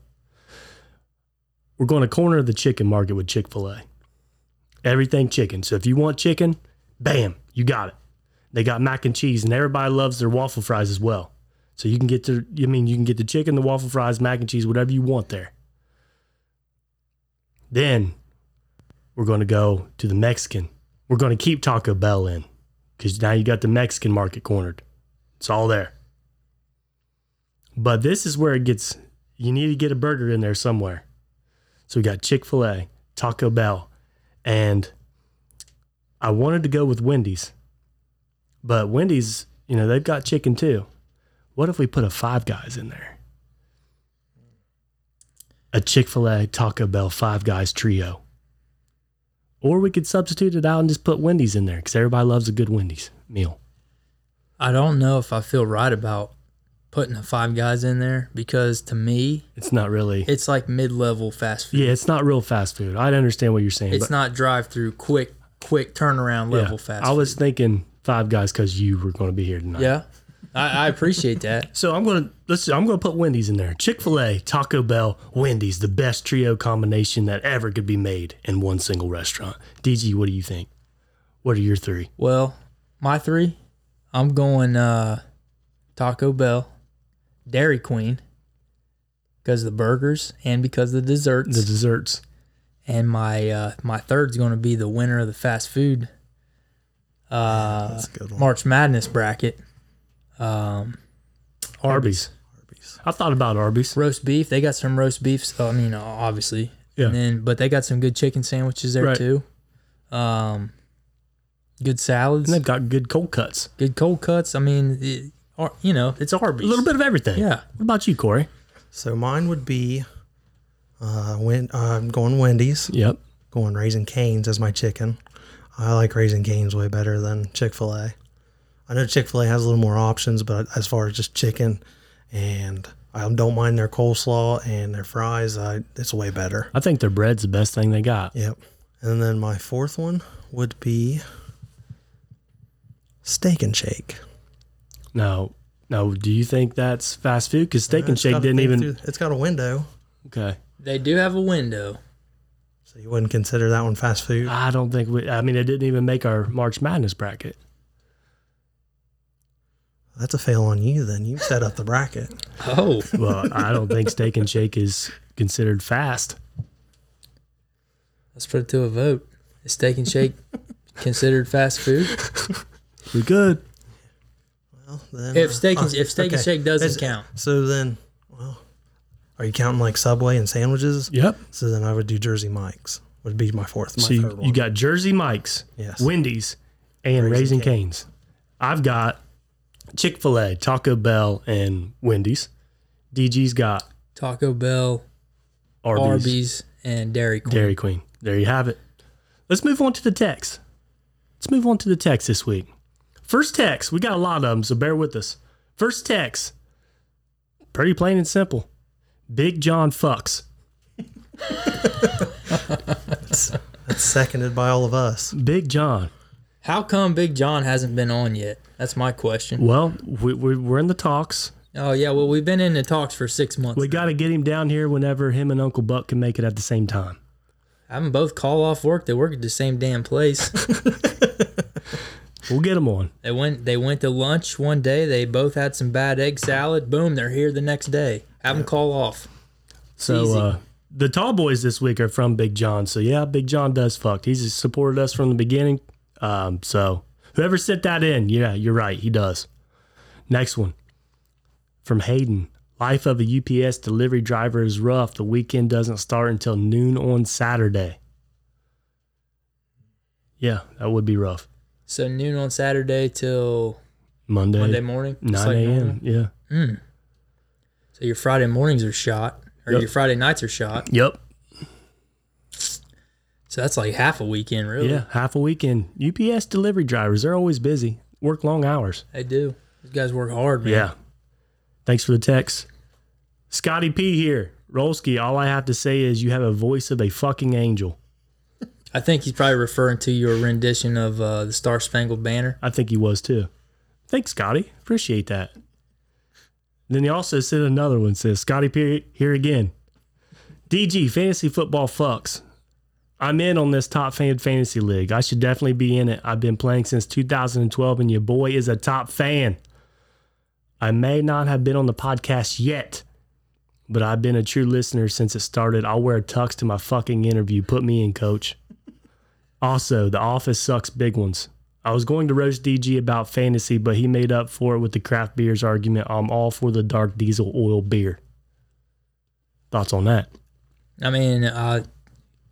Speaker 1: We're going to corner the chicken market with Chick fil A. Everything chicken. So if you want chicken, bam, you got it. They got mac and cheese and everybody loves their waffle fries as well. So you can get the I mean you can get the chicken, the waffle fries, mac and cheese, whatever you want there. Then we're going to go to the Mexican We're going to keep Taco Bell in because now you got the Mexican market cornered. It's all there. But this is where it gets, you need to get a burger in there somewhere. So we got Chick fil A, Taco Bell, and I wanted to go with Wendy's. But Wendy's, you know, they've got chicken too. What if we put a Five Guys in there? A Chick fil A, Taco Bell, Five Guys trio. Or we could substitute it out and just put Wendy's in there because everybody loves a good Wendy's meal.
Speaker 2: I don't know if I feel right about putting the five guys in there because to me,
Speaker 1: It's not really,
Speaker 2: it's like mid level fast food.
Speaker 1: yeah, it's not real fast food. I understand what you're saying.
Speaker 2: It's not drive through quick, quick turnaround level fast
Speaker 1: I was thinking Five Guys because you were going to be here tonight.
Speaker 2: food. Yeah. I, I appreciate that.
Speaker 1: So I'm gonna let's. I'm gonna put Wendy's in there. Chick Fil A, Taco Bell, Wendy's, the best trio combination that ever could be made in one single restaurant. DG, what do you think? What are your three?
Speaker 2: Well, my three, I'm going uh, Taco Bell, Dairy Queen, because the burgers and because the desserts.
Speaker 1: The desserts.
Speaker 2: and my uh, my third's going to be the winner of the fast food uh,
Speaker 3: That's a good one.
Speaker 2: March Madness bracket.
Speaker 1: Arby's.
Speaker 3: Arby's.
Speaker 1: I thought about Arby's.
Speaker 2: Roast beef. They got some roast beef. So, I mean, uh, obviously.
Speaker 1: Yeah.
Speaker 2: And then, but they got some good chicken sandwiches there
Speaker 1: Right.
Speaker 2: too. Um, good salads.
Speaker 1: And they've got good cold cuts.
Speaker 2: good cold cuts. I mean, it, Ar- you know, it's Arby's.
Speaker 1: A little bit of everything.
Speaker 2: Yeah.
Speaker 1: What about you, Corey?
Speaker 3: So mine would be uh, when uh, I'm going Wendy's,
Speaker 1: Yep.
Speaker 3: going Raising Cane's as my chicken. I like Raising Cane's way better than Chick Fil A. I know Chick Fil A has a little more options, but as far as just chicken, and I don't mind their coleslaw and their fries. I, it's way better.
Speaker 1: I think their bread's the best thing they got.
Speaker 3: Yep. And then my fourth one would be Steak and Shake.
Speaker 1: Now, now, do you think that's fast food? Because Steak and
Speaker 3: Uh, It's
Speaker 1: Shake
Speaker 3: got a
Speaker 1: didn't
Speaker 3: thing
Speaker 1: even.
Speaker 3: through- it's got a window,
Speaker 1: Okay.
Speaker 2: They do have a window.
Speaker 3: so you wouldn't consider that one fast food.
Speaker 1: I don't think we. I mean, it didn't even make our March Madness bracket.
Speaker 3: That's a fail on you. Then you set up the bracket.
Speaker 2: Oh,
Speaker 1: Well, I don't think Steak and Shake is considered fast.
Speaker 2: let's put it to a vote. Is Steak and Shake considered fast food?
Speaker 1: We good.
Speaker 3: Well, then
Speaker 2: If
Speaker 3: uh,
Speaker 2: Steak and,
Speaker 3: uh,
Speaker 2: if Steak and
Speaker 3: okay.
Speaker 2: Shake doesn't
Speaker 3: Is-
Speaker 2: count,
Speaker 3: so then, well, are you counting like Subway and sandwiches?
Speaker 1: Yep.
Speaker 3: So then I would do Jersey Mike's. Would be my fourth. My
Speaker 1: So you,
Speaker 3: third
Speaker 1: you
Speaker 3: one.
Speaker 1: got Jersey Mike's,
Speaker 3: Yes.
Speaker 1: Wendy's, and Raising,
Speaker 3: Raising
Speaker 1: Cane's. I've got Chick Fil A, Taco Bell, and Wendy's. DG's got
Speaker 2: Taco Bell,
Speaker 1: Arby's,
Speaker 2: Arby's, and Dairy Queen.
Speaker 1: Dairy Queen. There you have it. Let's move on to the text. Let's move on to the text this week. First text, we got a lot of them, so bear with us. First text, pretty plain and simple. Big John fucks.
Speaker 3: That's seconded by all of us.
Speaker 1: Big John.
Speaker 2: How come Big John hasn't been on yet? That's my question.
Speaker 1: Well, we, we, we're in the talks.
Speaker 2: Oh yeah, well we've been in the talks for six months.
Speaker 1: We got to get him down here whenever him and Uncle Buck can make it at the same time.
Speaker 2: Have them both call off work. They work at the same damn place.
Speaker 1: We'll get him on.
Speaker 2: they went. They went to lunch one day. They both had some bad egg salad. Boom, they're here the next day. Have them call off.
Speaker 1: So
Speaker 2: easy.
Speaker 1: uh, the tall boys this week are from Big John. So yeah, Big John does fucked. He's supported us from the beginning. Um, so whoever sent that in, yeah, you're right. He does. Next one from Hayden. Life of a UPS delivery driver is rough. The weekend doesn't start until noon on Saturday. Yeah, that would be rough.
Speaker 2: So noon on Saturday till
Speaker 1: Monday,
Speaker 2: Monday morning. It's
Speaker 1: 9
Speaker 2: like normal.
Speaker 1: a.m. Yeah.
Speaker 2: So your Friday mornings are shot, or
Speaker 1: Yep.
Speaker 2: your Friday nights are shot.
Speaker 1: Yep.
Speaker 2: So that's like half a weekend, really.
Speaker 1: Yeah, half a weekend. UPS delivery drivers, they're always busy, work long hours.
Speaker 2: They do. These guys work hard, man.
Speaker 1: Yeah. Thanks for the text. Scotty P here. Rolski, all I have to say is you have a voice of a fucking angel.
Speaker 2: I think he's probably referring to your rendition of uh, the Star Spangled Banner.
Speaker 1: I think he was too. Thanks, Scotty. Appreciate that. Then he also sent another one says, Scotty P here again. DG, fantasy football fucks. I'm in on this top fan fantasy league. I should definitely be in it. I've been playing since 2012 and your boy is a top fan. I may not have been on the podcast yet, but I've been a true listener since it started. I'll wear a tux to my fucking interview. Put me in, coach. Also, The Office sucks big ones. I was going to roast DG about fantasy, but he made up for it with the craft beers argument. I'm all for the dark diesel oil beer. Thoughts on that?
Speaker 2: I mean, I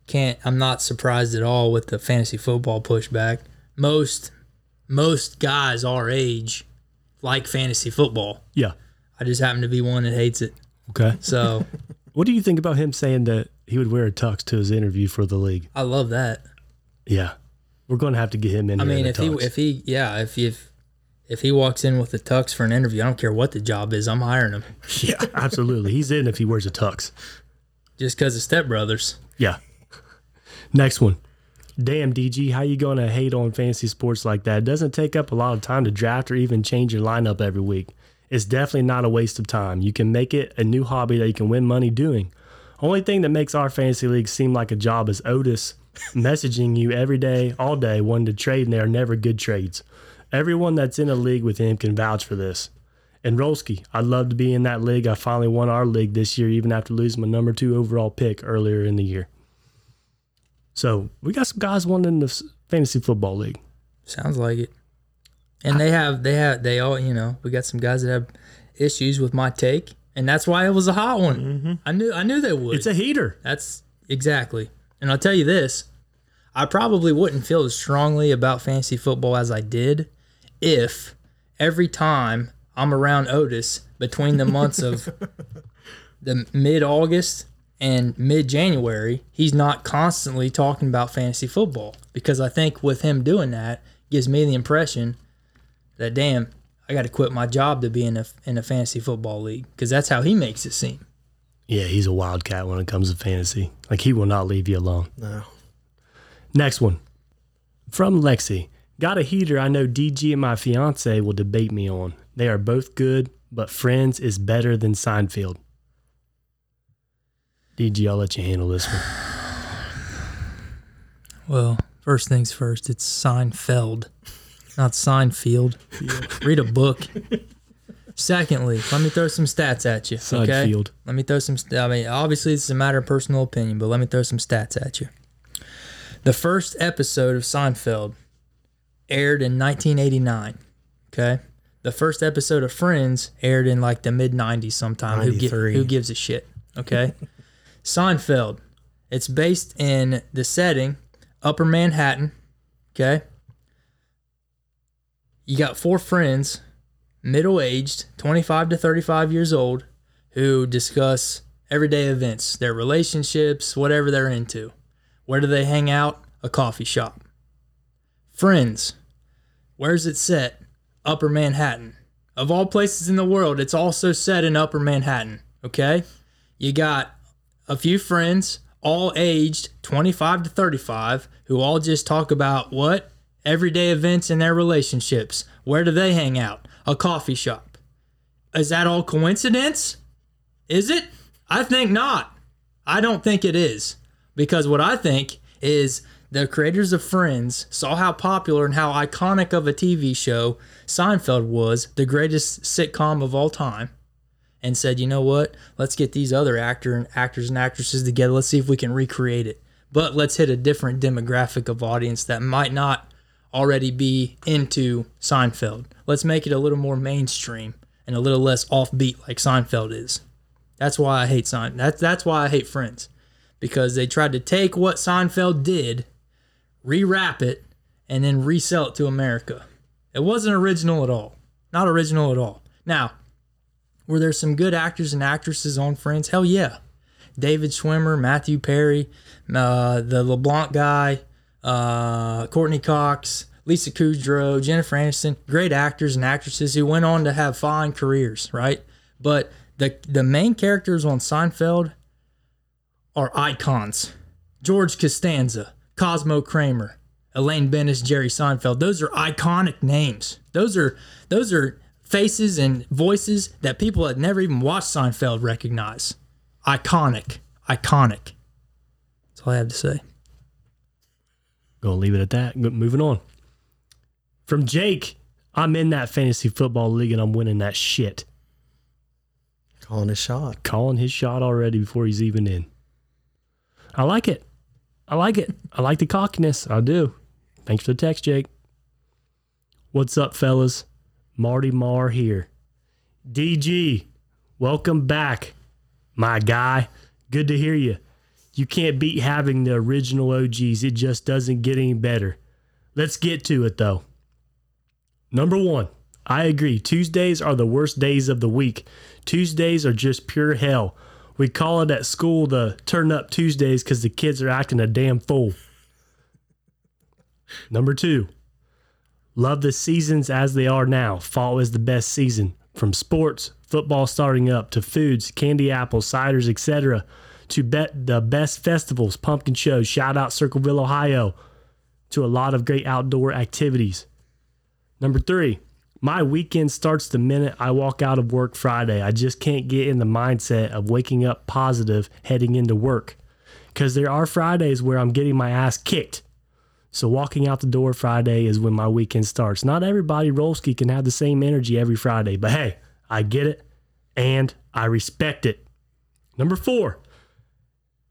Speaker 2: can't. I'm not surprised at all with the fantasy football pushback. Most most guys our age like fantasy football.
Speaker 1: Yeah.
Speaker 2: I just happen to be one that hates it.
Speaker 1: Okay. (laughs)
Speaker 2: So
Speaker 1: What do you think about him saying that he would wear a tux to his interview for the league?
Speaker 2: I love that.
Speaker 1: Yeah. We're going to have to get him in
Speaker 2: I
Speaker 1: here
Speaker 2: mean,
Speaker 1: in a
Speaker 2: if he
Speaker 1: tux.
Speaker 2: if he yeah if if if he walks in with the tux for an interview, I don't care what the job is. I'm hiring him
Speaker 1: (laughs) yeah, absolutely. He's in if he wears a tux.
Speaker 2: just because of stepbrothers.
Speaker 1: Yeah. Next one. Damn, DG, how you going to hate on fantasy sports like that? It doesn't take up a lot of time to draft or even change your lineup every week. It's definitely not a waste of time. You can make it a new hobby that you can win money doing. Only thing that makes our fantasy league seem like a job is Otis (laughs) messaging you every day, all day, wanting to trade, and they are never good trades. Everyone that's in a league with him can vouch for this. And Rolski, I'd love to be in that league. I finally won our league this year, even after losing my number two overall pick earlier in the year. So we got some guys wanting the s- fantasy football league.
Speaker 2: Sounds like it. And they have they have they all you know we got some guys that have issues with my take, and that's why it was a hot one. I knew I knew they would.
Speaker 1: Mm-hmm. It's a heater.
Speaker 2: That's exactly. And I'll tell you this I probably wouldn't feel as strongly about fantasy football as I did if every time I'm around Otis between the months of the mid August and mid January, he's not constantly talking about fantasy football because I think with him doing that gives me the impression that damn, I got to quit my job to be in a in a fantasy football league because that's how he makes it seem.
Speaker 1: Yeah, he's a wildcat when it comes to fantasy. Like he will not leave you alone.
Speaker 3: No.
Speaker 1: Next one from Lexi. Got a heater I know DG and my fiance will debate me on. They are both good, but Friends is better than Seinfeld. DG, I'll let you handle this one.
Speaker 2: Well, first things first, it's Seinfeld, not Seinfeld. Read a book. Secondly, let me throw some stats at you. Okay?
Speaker 1: Seinfeld.
Speaker 2: Let me throw some. st- I mean, obviously, this is a matter of personal opinion, but let me throw some stats at you. The first episode of Seinfeld aired in 1989. Okay. The first episode of Friends aired in like the mid 90s sometime. Who, gi-
Speaker 3: 93.
Speaker 2: who gives a shit? Okay. (laughs) Seinfeld. It's based in the setting Upper Manhattan. Okay. You got four friends, middle aged, 25 to 35 years old, who discuss everyday events, their relationships, whatever they're into. Where do they hang out? A coffee shop. Friends. Where's it set? Upper Manhattan. Of all places in the world, it's also set in Upper Manhattan. Okay? You got a few friends, all aged 25 to 35, who all just talk about what? Everyday events in their relationships. Where do they hang out? A coffee shop. Is that all coincidence? Is it? I think not. I don't think it is. Because what I think is the creators of Friends saw how popular and how iconic of a TV show Seinfeld was, the greatest sitcom of all time, and said, you know what? Let's get these other actor and actors and actresses together. Let's see if we can recreate it. But let's hit a different demographic of audience that might not already be into Seinfeld. Let's make it a little more mainstream and a little less offbeat like Seinfeld is. That's why I hate Sein. That's that's why I hate Friends, because they tried to take what Seinfeld did, rewrap it, and then resell it to America. It wasn't original at all. Not original at all. Now, were there some good actors and actresses on Friends? Hell yeah. David Schwimmer, Matthew Perry, uh, the LeBlanc guy, uh, Courtney Cox, Lisa Kudrow, Jennifer Aniston, great actors and actresses who went on to have fine careers, right? But the the main characters on Seinfeld are icons. George Costanza, Cosmo Kramer, Elaine Bennis, Jerry Seinfeld. Those are iconic names. Those are those are faces and voices that people that never even watched Seinfeld recognize. Iconic. Iconic. That's all I have to say.
Speaker 1: Gonna leave it at that. Go- Moving on. From Jake, I'm in that fantasy football league and I'm winning that shit.
Speaker 3: Calling a shot.
Speaker 1: Calling his shot already before he's even in. I like it. I like it. I like the cockiness. I do. Thanks for the text, Jake. What's up, fellas? Marty Marr here. DG, welcome back, my guy. Good to hear you. You can't beat having the original OGs. It just doesn't get any better. Let's get to it, though. Number one, I agree. Tuesdays are the worst days of the week. Tuesdays are just pure hell. We call it at school the turn up Tuesdays because the kids are acting a damn fool. Number two, love the seasons as they are now. Fall is the best season. From sports, football starting up, to foods, candy apples, ciders, etc., to bet the best festivals, pumpkin shows, shout out Circleville, Ohio, to a lot of great outdoor activities. Number three, my weekend starts the minute I walk out of work Friday. I just can't get in the mindset of waking up positive heading into work because there are Fridays where I'm getting my ass kicked. So walking out the door Friday is when my weekend starts. Not everybody Rolski can have the same energy every Friday, but hey, I get it and I respect it. Number four.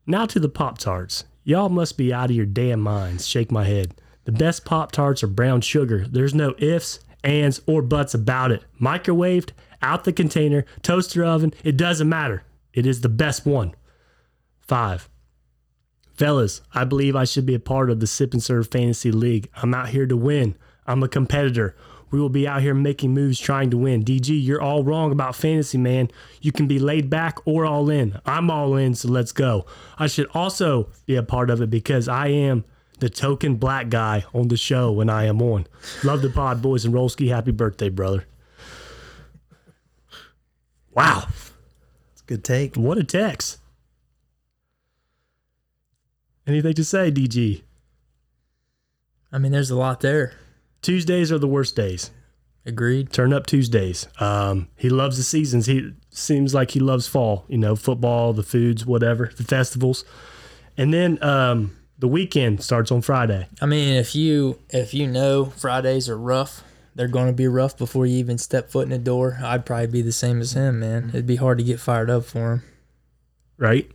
Speaker 1: Now to the Pop Tarts. Y'all must be out of your damn minds. Shake my head. The best Pop Tarts are brown sugar. There's no ifs, ands, or buts about it. Microwaved, out the container, toaster oven, it doesn't matter. It is the best one. Five. Fellas, I believe I should be a part of the Sip and Serve Fantasy League. I'm out here to win. I'm a competitor. We will be out here making moves trying to win. DG, you're all wrong about fantasy, man. You can be laid back or all in. I'm all in, so let's go. I should also be a part of it because I am the token black guy on the show when I am on. Love the pod, boys, and Rolski. Happy birthday, brother. Wow.
Speaker 3: It's a good take.
Speaker 1: What a text. Anything to say, DG?
Speaker 2: I mean, there's a lot there.
Speaker 1: Tuesdays are the worst days.
Speaker 2: Agreed.
Speaker 1: Turn up Tuesdays. Um, he loves the seasons. He seems like he loves fall. You know, football, the foods, whatever, the festivals, and then um, the weekend starts on Friday.
Speaker 2: I mean, if you if you know Fridays are rough, they're going to be rough before you even step foot in the door. I'd probably be the same as him, man. It'd be hard to get fired up for him.
Speaker 1: right?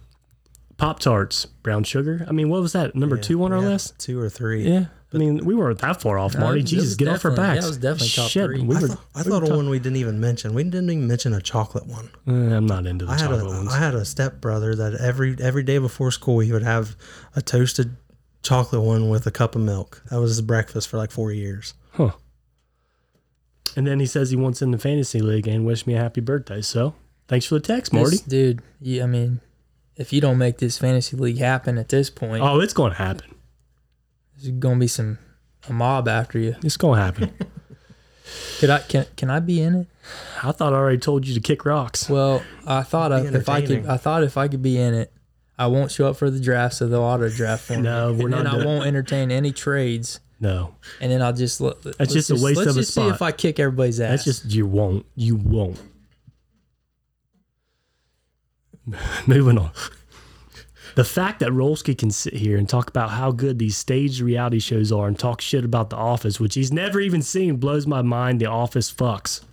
Speaker 1: Pop Tarts, brown sugar. I mean, what was that number two on our
Speaker 3: Yeah,
Speaker 1: list?
Speaker 3: Two or three.
Speaker 1: Yeah, I mean, we weren't that far off, Marty.
Speaker 2: it
Speaker 1: Jesus,
Speaker 2: was
Speaker 1: get off our
Speaker 2: definitely-
Speaker 1: backs.
Speaker 2: yeah, it was definitely top
Speaker 1: Shit,
Speaker 2: three.
Speaker 1: We
Speaker 3: I
Speaker 1: were,
Speaker 3: thought, I thought of one we didn't even mention. We didn't even mention a chocolate one.
Speaker 1: Eh, I'm not into the
Speaker 3: I had
Speaker 1: chocolate
Speaker 3: a
Speaker 1: ones.
Speaker 3: I had a stepbrother that every every day before school he would have a toasted chocolate one with a cup of milk. That was his breakfast for like four years.
Speaker 1: Huh. And then he says he wants in the fantasy league and wished me a happy birthday. So thanks for the text,
Speaker 2: This-
Speaker 1: Marty.
Speaker 2: dude. Yeah, I mean, if you don't make this fantasy league happen at this point,
Speaker 1: Oh, it's going to happen.
Speaker 2: there's going to be some a mob after you.
Speaker 1: It's going to happen.
Speaker 2: Could I can can I be in it?
Speaker 1: (laughs) I thought I already told you to kick rocks.
Speaker 2: Well, I thought I,
Speaker 3: That'd be
Speaker 2: if I could,
Speaker 3: entertaining.
Speaker 2: I thought if I could be in it, I won't show up for the draft, so they'll auto draft for
Speaker 1: (laughs)
Speaker 2: me.
Speaker 1: No, we're
Speaker 2: and
Speaker 1: not
Speaker 2: Then I
Speaker 1: doing-
Speaker 2: won't entertain any trades,
Speaker 1: No,
Speaker 2: and then I'll just let. let's
Speaker 1: just a waste
Speaker 2: let's
Speaker 1: of a
Speaker 2: just see
Speaker 1: spot.
Speaker 2: if I kick everybody's ass.
Speaker 1: that's just you won't. You won't. (laughs) Moving on. The fact that Rolski can sit here and talk about how good these staged reality shows are and talk shit about The Office, which he's never even seen, blows my mind. The Office fucks.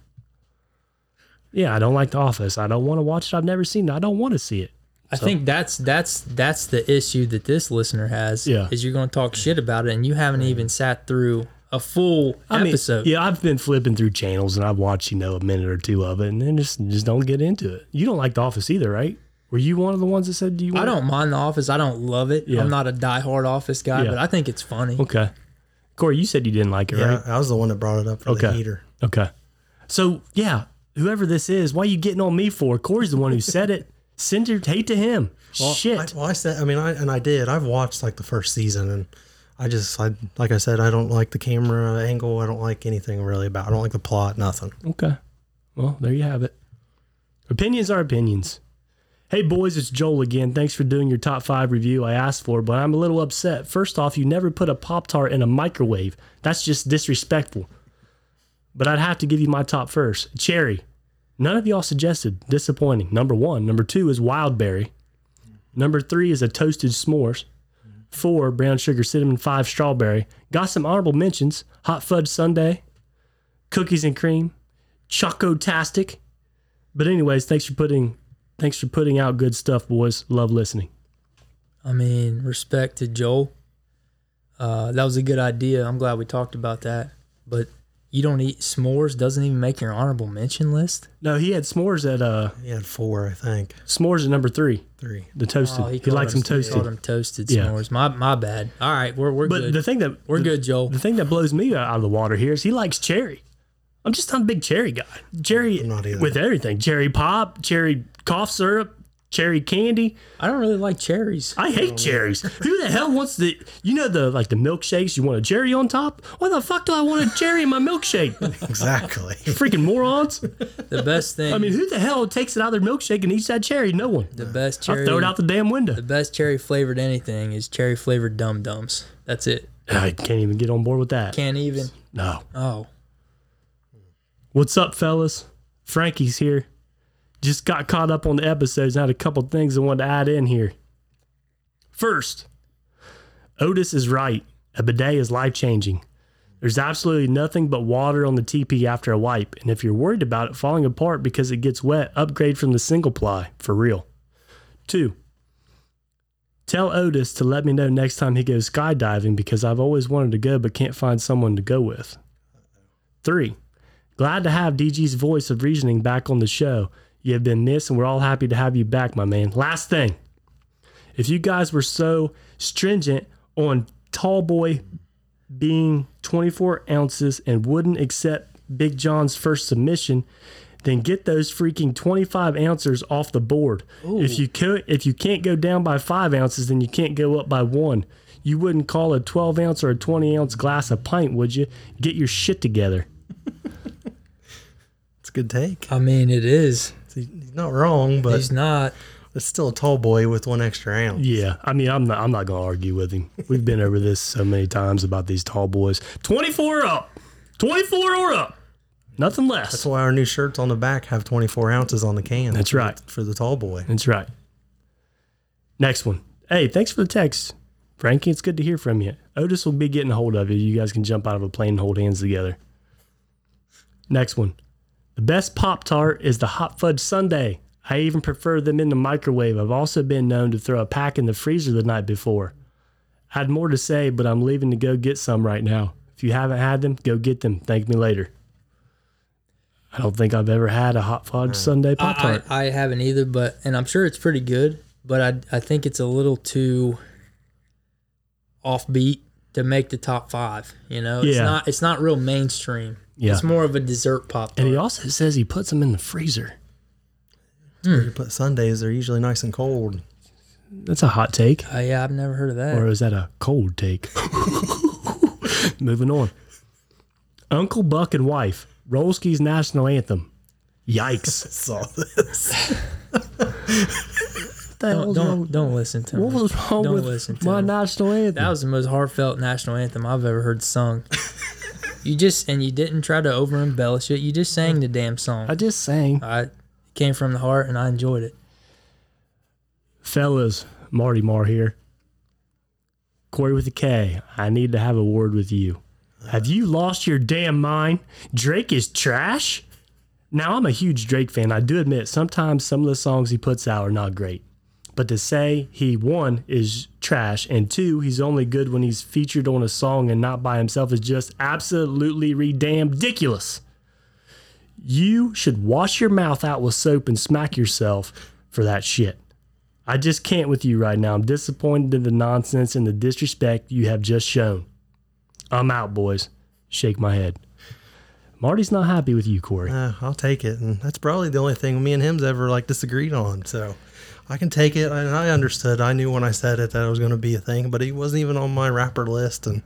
Speaker 1: Yeah, I don't like The Office. I don't want to watch it. I've never seen it. I don't want to see it.
Speaker 2: I think that's that's that's the issue that this listener has.
Speaker 1: Yeah.
Speaker 2: is you're going to talk shit about it, and you haven't even sat through a full
Speaker 1: I
Speaker 2: episode.
Speaker 1: mean, yeah, I've been flipping through channels and I've watched, you know, a minute or two of it and then just just don't get into it. You don't like The Office either, right? Were you one of the ones that said do you want
Speaker 2: I don't mind The Office. I don't love it.
Speaker 1: Yeah.
Speaker 2: I'm not a diehard Office guy,
Speaker 1: Yeah.
Speaker 2: but I think it's funny.
Speaker 1: Okay. Corey, you said you didn't like it,
Speaker 3: Yeah,
Speaker 1: right?
Speaker 3: I was the one that brought it up for the
Speaker 1: Okay.
Speaker 3: heater.
Speaker 1: Okay. So yeah, whoever this is, why are you getting on me for? Corey's the one who said it. Send your hate to him. Shit.
Speaker 3: I, well, I said, I mean, I and I did. I've watched like the first season, and I just, I, like I said, I don't like the camera angle. I don't like anything really about. I don't like the plot. Nothing.
Speaker 1: Okay. Well, there you have it. Opinions are opinions. Hey, boys, it's Joel again. Thanks for doing your top five review I asked for, but I'm a little upset. First off, you never put a Pop Tart in a microwave. That's just disrespectful. But I'd have to give you my top first. Cherry. None of y'all suggested. Disappointing. Number one. Number two is Wildberry. Number three is a toasted s'mores. Four, brown sugar cinnamon. Five, strawberry. Got some honorable mentions. Hot fudge sundae. Cookies and cream chocotastic. But anyways, thanks for putting thanks for putting out good stuff, boys. Love listening.
Speaker 2: I mean, respect to Joel. Uh, that was a good idea. I'm glad we talked about that. But you don't eat s'mores doesn't even make your honorable mention list.
Speaker 1: No, he had s'mores at uh
Speaker 3: He had four, I think.
Speaker 1: s'mores at number three.
Speaker 3: Three. (laughs)
Speaker 1: The toasted.
Speaker 2: Oh,
Speaker 1: he
Speaker 2: called
Speaker 1: likes them
Speaker 2: He called
Speaker 1: toasted.
Speaker 2: them toasted
Speaker 1: Yeah.
Speaker 2: s'mores. My my bad. All right, we're we're
Speaker 1: But
Speaker 2: good.
Speaker 1: the thing that
Speaker 2: we're
Speaker 1: the-
Speaker 2: good, Joel.
Speaker 1: The thing that blows me out of the water here is he likes cherry. I'm just not a big cherry guy. Cherry
Speaker 3: I'm not either.
Speaker 1: with everything. Cherry pop, cherry cough syrup, cherry candy.
Speaker 2: I don't really like cherries.
Speaker 1: I hate cherries. Who the hell wants the you know the like the milkshakes? You want a cherry on top? Why the fuck do I want a cherry in my
Speaker 3: (laughs)
Speaker 1: milkshake?
Speaker 3: Exactly.
Speaker 1: Freaking morons!
Speaker 2: The
Speaker 1: (laughs)
Speaker 2: best thing.
Speaker 1: I mean, who the hell takes it out of their milkshake and eats that cherry? No one.
Speaker 2: the best
Speaker 1: I'll
Speaker 2: cherry.
Speaker 1: throw it out the damn window.
Speaker 2: The best cherry flavored anything is cherry flavored dum dums. That's it.
Speaker 1: I can't even get on board with that.
Speaker 2: Can't even.
Speaker 1: No.
Speaker 2: Oh,
Speaker 1: What's up, fellas? Frankie's here. Just got caught up on the episodes and had a couple things I wanted to add in here. First, Otis is right. A bidet is life changing. There's absolutely nothing but water on the teepee after a wipe, and if you're worried about it falling apart because it gets wet, upgrade from the single ply for real. Two, tell Otis to let me know next time he goes skydiving because I've always wanted to go but can't find someone to go with. Three, Glad to have DG's voice of reasoning back on the show. You have been missed, and we're all happy to have you back, my man. Last thing, if you guys were so stringent on Tall Boy being 24 ounces and wouldn't accept Big John's first submission, then get those freaking 25 ounces off the board. If you co- if you can't go down by five ounces, then you can't go up by one. You wouldn't call a 12 ounce or a 20 ounce glass a pint, would you? Get your shit together.
Speaker 3: It's a good take.
Speaker 2: I mean it is.
Speaker 3: He's he's not wrong, but
Speaker 2: He's not.
Speaker 3: it's still a tall boy with one extra ounce.
Speaker 1: Yeah, I mean, I'm not. I'm not gonna argue with him. We've been over this so many times about these tall boys. Twenty four up, twenty four or up, nothing
Speaker 3: That's
Speaker 1: less.
Speaker 3: why our new shirts on the back have 24 ounces on the can.
Speaker 1: That's right.
Speaker 3: For the tall boy.
Speaker 1: That's right. Next one. Hey, thanks for the text, Frankie. It's good to hear from you. Otis will be getting a hold of you. You guys can jump out of a plane and hold hands together. Next one. The best Pop Tart is the hot fudge sundae. I even prefer them in the microwave. I've also been known to throw a pack in the freezer the night before. I had more to say, but I'm leaving to go get some right now. If you haven't had them, go get them. Thank me later. I don't think I've ever had a hot fudge sundae Pop Tart.
Speaker 2: I, I, I haven't either, but and I'm sure it's pretty good, but I I think it's a little too offbeat to make the top five. You know, it's
Speaker 1: Yeah.
Speaker 2: not it's not real mainstream.
Speaker 1: Yeah.
Speaker 2: It's more of a dessert pop
Speaker 1: And he
Speaker 2: tart.
Speaker 1: also says he puts them in the freezer.
Speaker 3: But Sundays, they're usually nice and cold.
Speaker 1: That's a hot take.
Speaker 2: Uh, yeah, I've never heard of that.
Speaker 1: Or is that a cold take?
Speaker 2: (laughs)
Speaker 1: Moving on. Uncle Buck and wife, Rolski's national anthem.
Speaker 2: (laughs)
Speaker 1: Yikes. (laughs)
Speaker 3: Saw this.
Speaker 1: What the hell
Speaker 2: don't
Speaker 1: was wrong-
Speaker 2: don't, don't listen to
Speaker 1: what
Speaker 2: me.
Speaker 1: was wrong
Speaker 2: don't
Speaker 1: with
Speaker 2: listen to
Speaker 1: my
Speaker 2: him.
Speaker 1: national anthem?
Speaker 2: That was the most heartfelt national anthem I've ever
Speaker 1: (laughs)
Speaker 2: heard sung. you just and you didn't try to over embellish it. You just sang the damn
Speaker 1: I
Speaker 2: song.
Speaker 1: just sang.
Speaker 2: I it came from the heart and I enjoyed it.
Speaker 1: Fellas, Marty Mar here. Corey with a K, I need to have a word with you.
Speaker 2: Uh,
Speaker 1: Have you lost your damn mind? Drake is trash? Now, I'm a huge Drake fan. I do admit sometimes some of the songs he puts out are not great. But to say he, one, is trash, and two, he's only good when he's featured on a song and not by himself is just absolutely redamn ridiculous. You should wash your mouth out with soap and smack yourself for that shit. I just can't with you right now. I'm disappointed in the nonsense and the disrespect you have just shown. I'm out, boys. Shake my head. Marty's not happy with you, Corey.
Speaker 3: Uh, I'll take it, and that's probably the only thing me and him's ever like disagreed on. So I can take it, and I understood. I knew when I said it that it was going to be a thing, but he wasn't even on my rapper list, and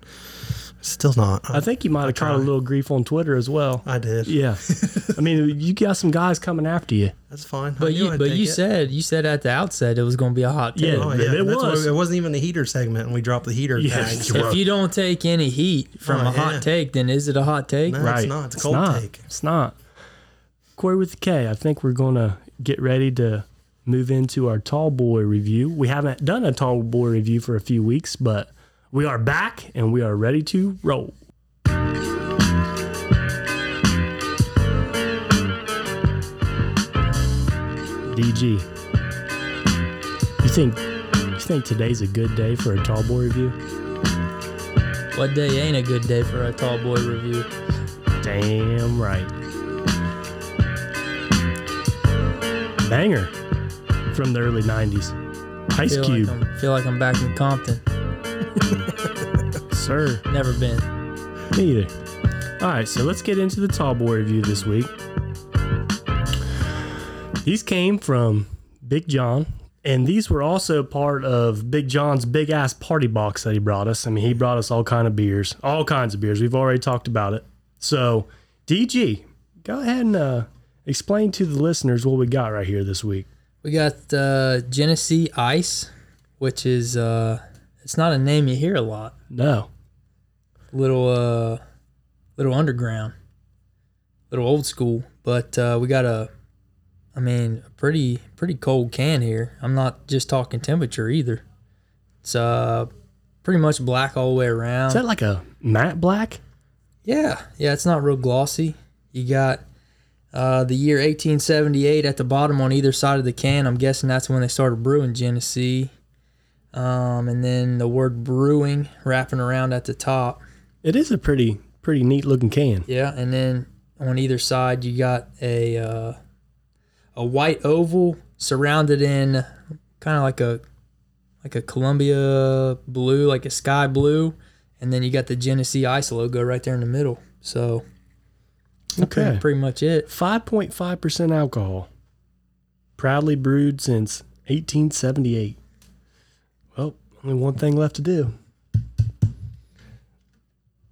Speaker 3: still not.
Speaker 1: I
Speaker 3: I,
Speaker 1: think you might have caught a little grief on Twitter as well.
Speaker 3: I did.
Speaker 1: yeah. (laughs) I mean, you got some guys coming after you.
Speaker 3: That's fine. I
Speaker 2: But
Speaker 3: knew
Speaker 2: you
Speaker 3: I'd
Speaker 2: but
Speaker 3: take
Speaker 2: you
Speaker 3: it.
Speaker 2: said you said at the outset it was going to be a hot take.
Speaker 1: Yeah.
Speaker 3: Oh,
Speaker 1: But
Speaker 3: yeah,
Speaker 1: it
Speaker 3: that's why
Speaker 1: was.
Speaker 3: it wasn't even the heater segment, and we dropped the heater.
Speaker 1: Yeah,
Speaker 3: tag.
Speaker 1: you
Speaker 3: No,
Speaker 1: were.
Speaker 2: If you don't take any heat from
Speaker 3: Oh,
Speaker 2: a hot
Speaker 3: yeah.
Speaker 2: take, then is it a hot take?
Speaker 3: it's not. It's a cold
Speaker 1: not.
Speaker 3: take.
Speaker 1: It's not. Corey with the K. I think we're going to get ready to move into our tall boy review. We haven't done a tall boy review for a few weeks, but we are back and we are ready to roll. DG, you think you guys think today's a good day for a tall boy review?
Speaker 2: What day ain't a good day for a tall boy review?
Speaker 1: Damn right. Banger from the early 90s. Ice
Speaker 2: Feel
Speaker 1: Cube,
Speaker 2: Like I'm, feel like I'm back in Compton.
Speaker 1: sir.
Speaker 2: Never been.
Speaker 1: Me either. All right, so let's get into the tall boy review this week. These came from Big John, and these were also part of Big John's big ass party box that he brought us. I mean, he brought us all kind of beers, all kinds of beers. We've already talked about it. So, DG, go ahead and uh, explain to the listeners what we got right here this week.
Speaker 2: We got uh, Genesee Ice, which is uh, it's not a name you hear a lot.
Speaker 1: No,
Speaker 2: Little uh, little underground, little old school. But uh, we got a, I mean, a pretty pretty cold can here. I'm not just talking temperature either. It's uh, pretty much black all the way around.
Speaker 1: is that like a matte black?
Speaker 2: Yeah, yeah, it's not real glossy. You got uh, the year 1878 at the bottom on either side of the can. I'm guessing that's when they started brewing Genesee. Um, and then the word brewing wrapping around at the top.
Speaker 1: It is a pretty pretty neat looking can.
Speaker 2: Yeah, and then on either side you got a uh, a white oval surrounded in kind of like a like a Columbia blue, like a sky blue, and then you got the Genesee Ice logo right there in the middle. So
Speaker 1: Okay,
Speaker 2: pretty much it.
Speaker 1: 5.5% alcohol. Proudly brewed since 1878. Well, only one thing left to do.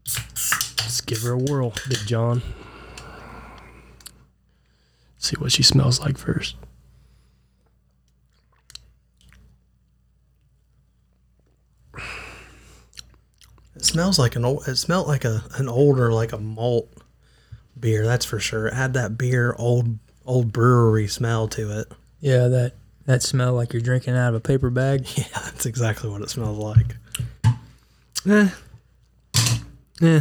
Speaker 1: Let's give her a whirl, Big John. See what she smells like first.
Speaker 3: It smells like an old. It smelled like a an older like a malt beer. That's for sure. It had that beer old old brewery smell to it. (laughs)
Speaker 2: Yeah, that that smell like you're drinking out of a
Speaker 1: (laughs)
Speaker 2: paper bag.
Speaker 3: Yeah, that's exactly what it smells like.
Speaker 1: Eh. Eh.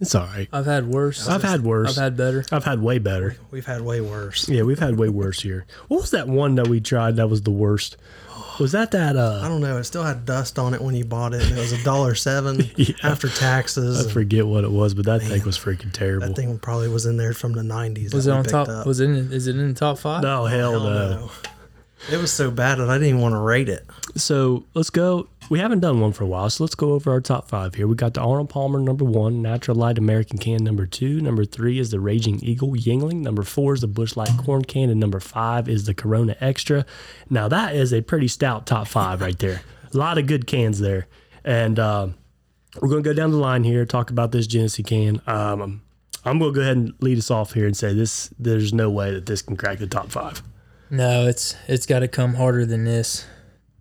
Speaker 1: It's all right.
Speaker 2: I've had worse.
Speaker 1: I've had worse.
Speaker 2: I've had better.
Speaker 1: I've had way better.
Speaker 3: We've had way worse.
Speaker 1: Yeah, we've had way worse here. What was that one that we tried that was the worst? Was that that uh
Speaker 3: I don't know. It still had dust on it when you bought it, and it was a dollar seven after taxes.
Speaker 1: I forget what it was, but that thing was freaking terrible.
Speaker 3: That thing probably was in there from the nineties.
Speaker 2: Was it
Speaker 3: that we
Speaker 2: on
Speaker 3: picked
Speaker 2: top?
Speaker 3: up.
Speaker 2: Was it? In, is it in the top five?
Speaker 1: No, hell,
Speaker 3: Hell
Speaker 1: no.
Speaker 3: no. It was so bad that I didn't even want to rate it.
Speaker 1: So let's go. We haven't done one for a while, so let's go over our top five here. We got the Arnold Palmer number one, Natural Light American Can number two, number three is the Raging Eagle Yingling, number four is the Bush Light Corn Can, and number five is the Corona Extra. Now that is a pretty stout top five right there. (laughs) A lot of good cans there, and um we're gonna go down the line here, talk about this Genesee can. Um, I'm gonna go ahead and lead us off here and say this: there's no way that this can crack the top five.
Speaker 2: No, it's it's got to come harder than this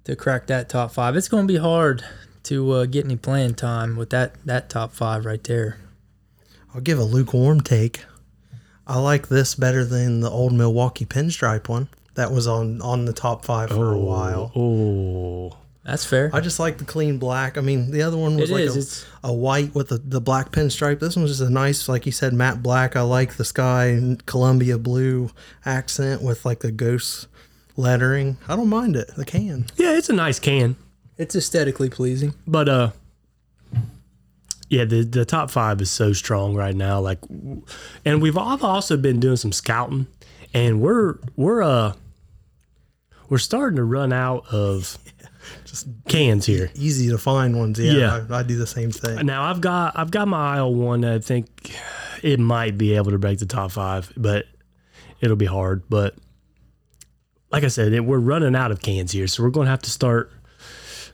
Speaker 2: to crack that top five. It's going to be hard to uh, get any playing time with that that top five right there.
Speaker 3: I'll give a lukewarm take. I like this better than the old Milwaukee pinstripe one that was on on the top five for a while.
Speaker 1: Oh.
Speaker 2: That's fair.
Speaker 3: I just like the clean black. I mean, the other one was
Speaker 2: It
Speaker 3: like
Speaker 2: is,
Speaker 3: a,
Speaker 2: it's-
Speaker 3: a white with the, the black pinstripe. This one's just a nice, like you said, matte black. I like the sky and Columbia blue accent with like the ghost lettering. I don't mind it. The can.
Speaker 1: Yeah, it's a nice can.
Speaker 2: It's aesthetically pleasing.
Speaker 1: but uh yeah the the top five is so strong right now like w- and we've all also been doing some scouting and we're we're uh we're starting to run out of just cans here
Speaker 3: Easy to find ones. Yeah,
Speaker 1: Yeah.
Speaker 3: I, I do the same thing.
Speaker 1: now I've got I've got my eye on one that I think it might be able to break the top five, but it'll be hard. But like I said, it, we're running out of cans here, so we're going to have to start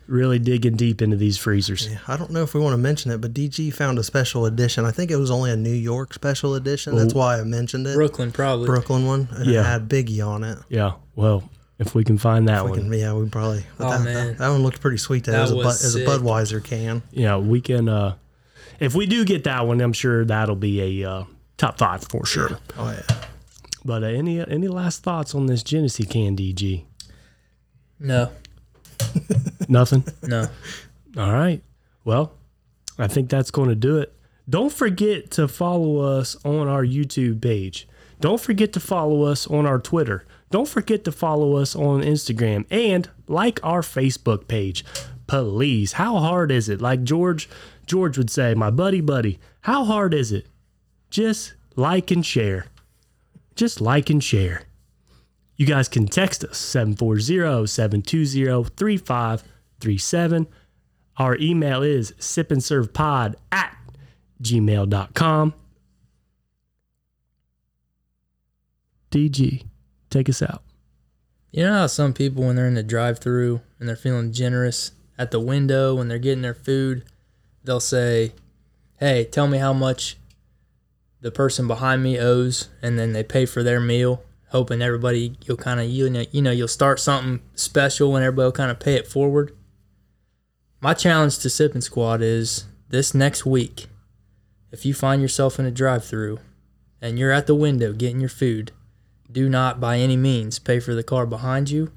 Speaker 1: really digging deep into these freezers.
Speaker 3: I don't know if we want to mention it, but DG found a special edition. I think it was only a New York special edition. That's why I mentioned it.
Speaker 2: Brooklyn probably.
Speaker 3: Brooklyn one. And
Speaker 1: Yeah.
Speaker 3: it had Biggie on it.
Speaker 1: Yeah. Well, if we can find that one,
Speaker 3: And yeah, we probably. but
Speaker 2: Oh,
Speaker 3: that,
Speaker 2: man.
Speaker 3: That, that one looked pretty sweet. That,
Speaker 2: That
Speaker 3: was, a, bu-
Speaker 2: was
Speaker 3: as a
Speaker 2: sick.
Speaker 3: Budweiser can.
Speaker 1: yeah, we can. uh If we do get that one, I'm sure that'll be a uh, top five for sure.
Speaker 3: Oh yeah.
Speaker 1: But uh, any any last thoughts on this Genesee can, DG?
Speaker 2: No,
Speaker 1: Nothing.
Speaker 2: no.
Speaker 1: All right. Well, I think that's going to do it. Don't forget to follow us on our YouTube page. Don't forget to follow us on our Twitter. Don't forget to follow us on Instagram and like our Facebook page. Please, how hard is it? Like George, George would say, my buddy, buddy, how hard is it? Just like and share. Just like and share. You guys can text us 740 720 3537. Our email is sipandservepod at gmail.com. DG, take us out.
Speaker 2: You know how some people, when they're in the drive through and they're feeling generous at the window when they're getting their food, they'll say, Hey, tell me how much the person behind me owes. And then they pay for their meal, hoping everybody, you'll kind of, you know, you know, you'll start something special and everybody will kind of pay it forward. My challenge to Sipping Squad is this next week, if you find yourself in a drive through and you're at the window getting your food, do not by any means pay for the car behind you,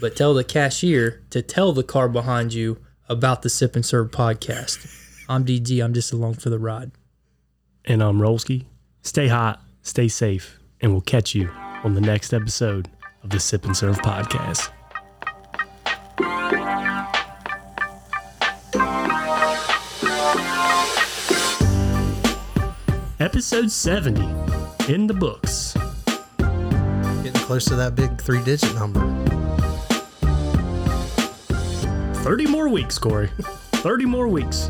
Speaker 2: but tell the cashier to tell the car behind you about the Sip and Serve podcast. I'm DG. I'm just along for the ride.
Speaker 1: And I'm Rolski. Stay hot, stay safe, and we'll catch you on the next episode of the Sip and Serve podcast. Episode 70 in the books.
Speaker 3: Getting close to that big three digit number.
Speaker 1: 30 more weeks, Corey. 30 more weeks.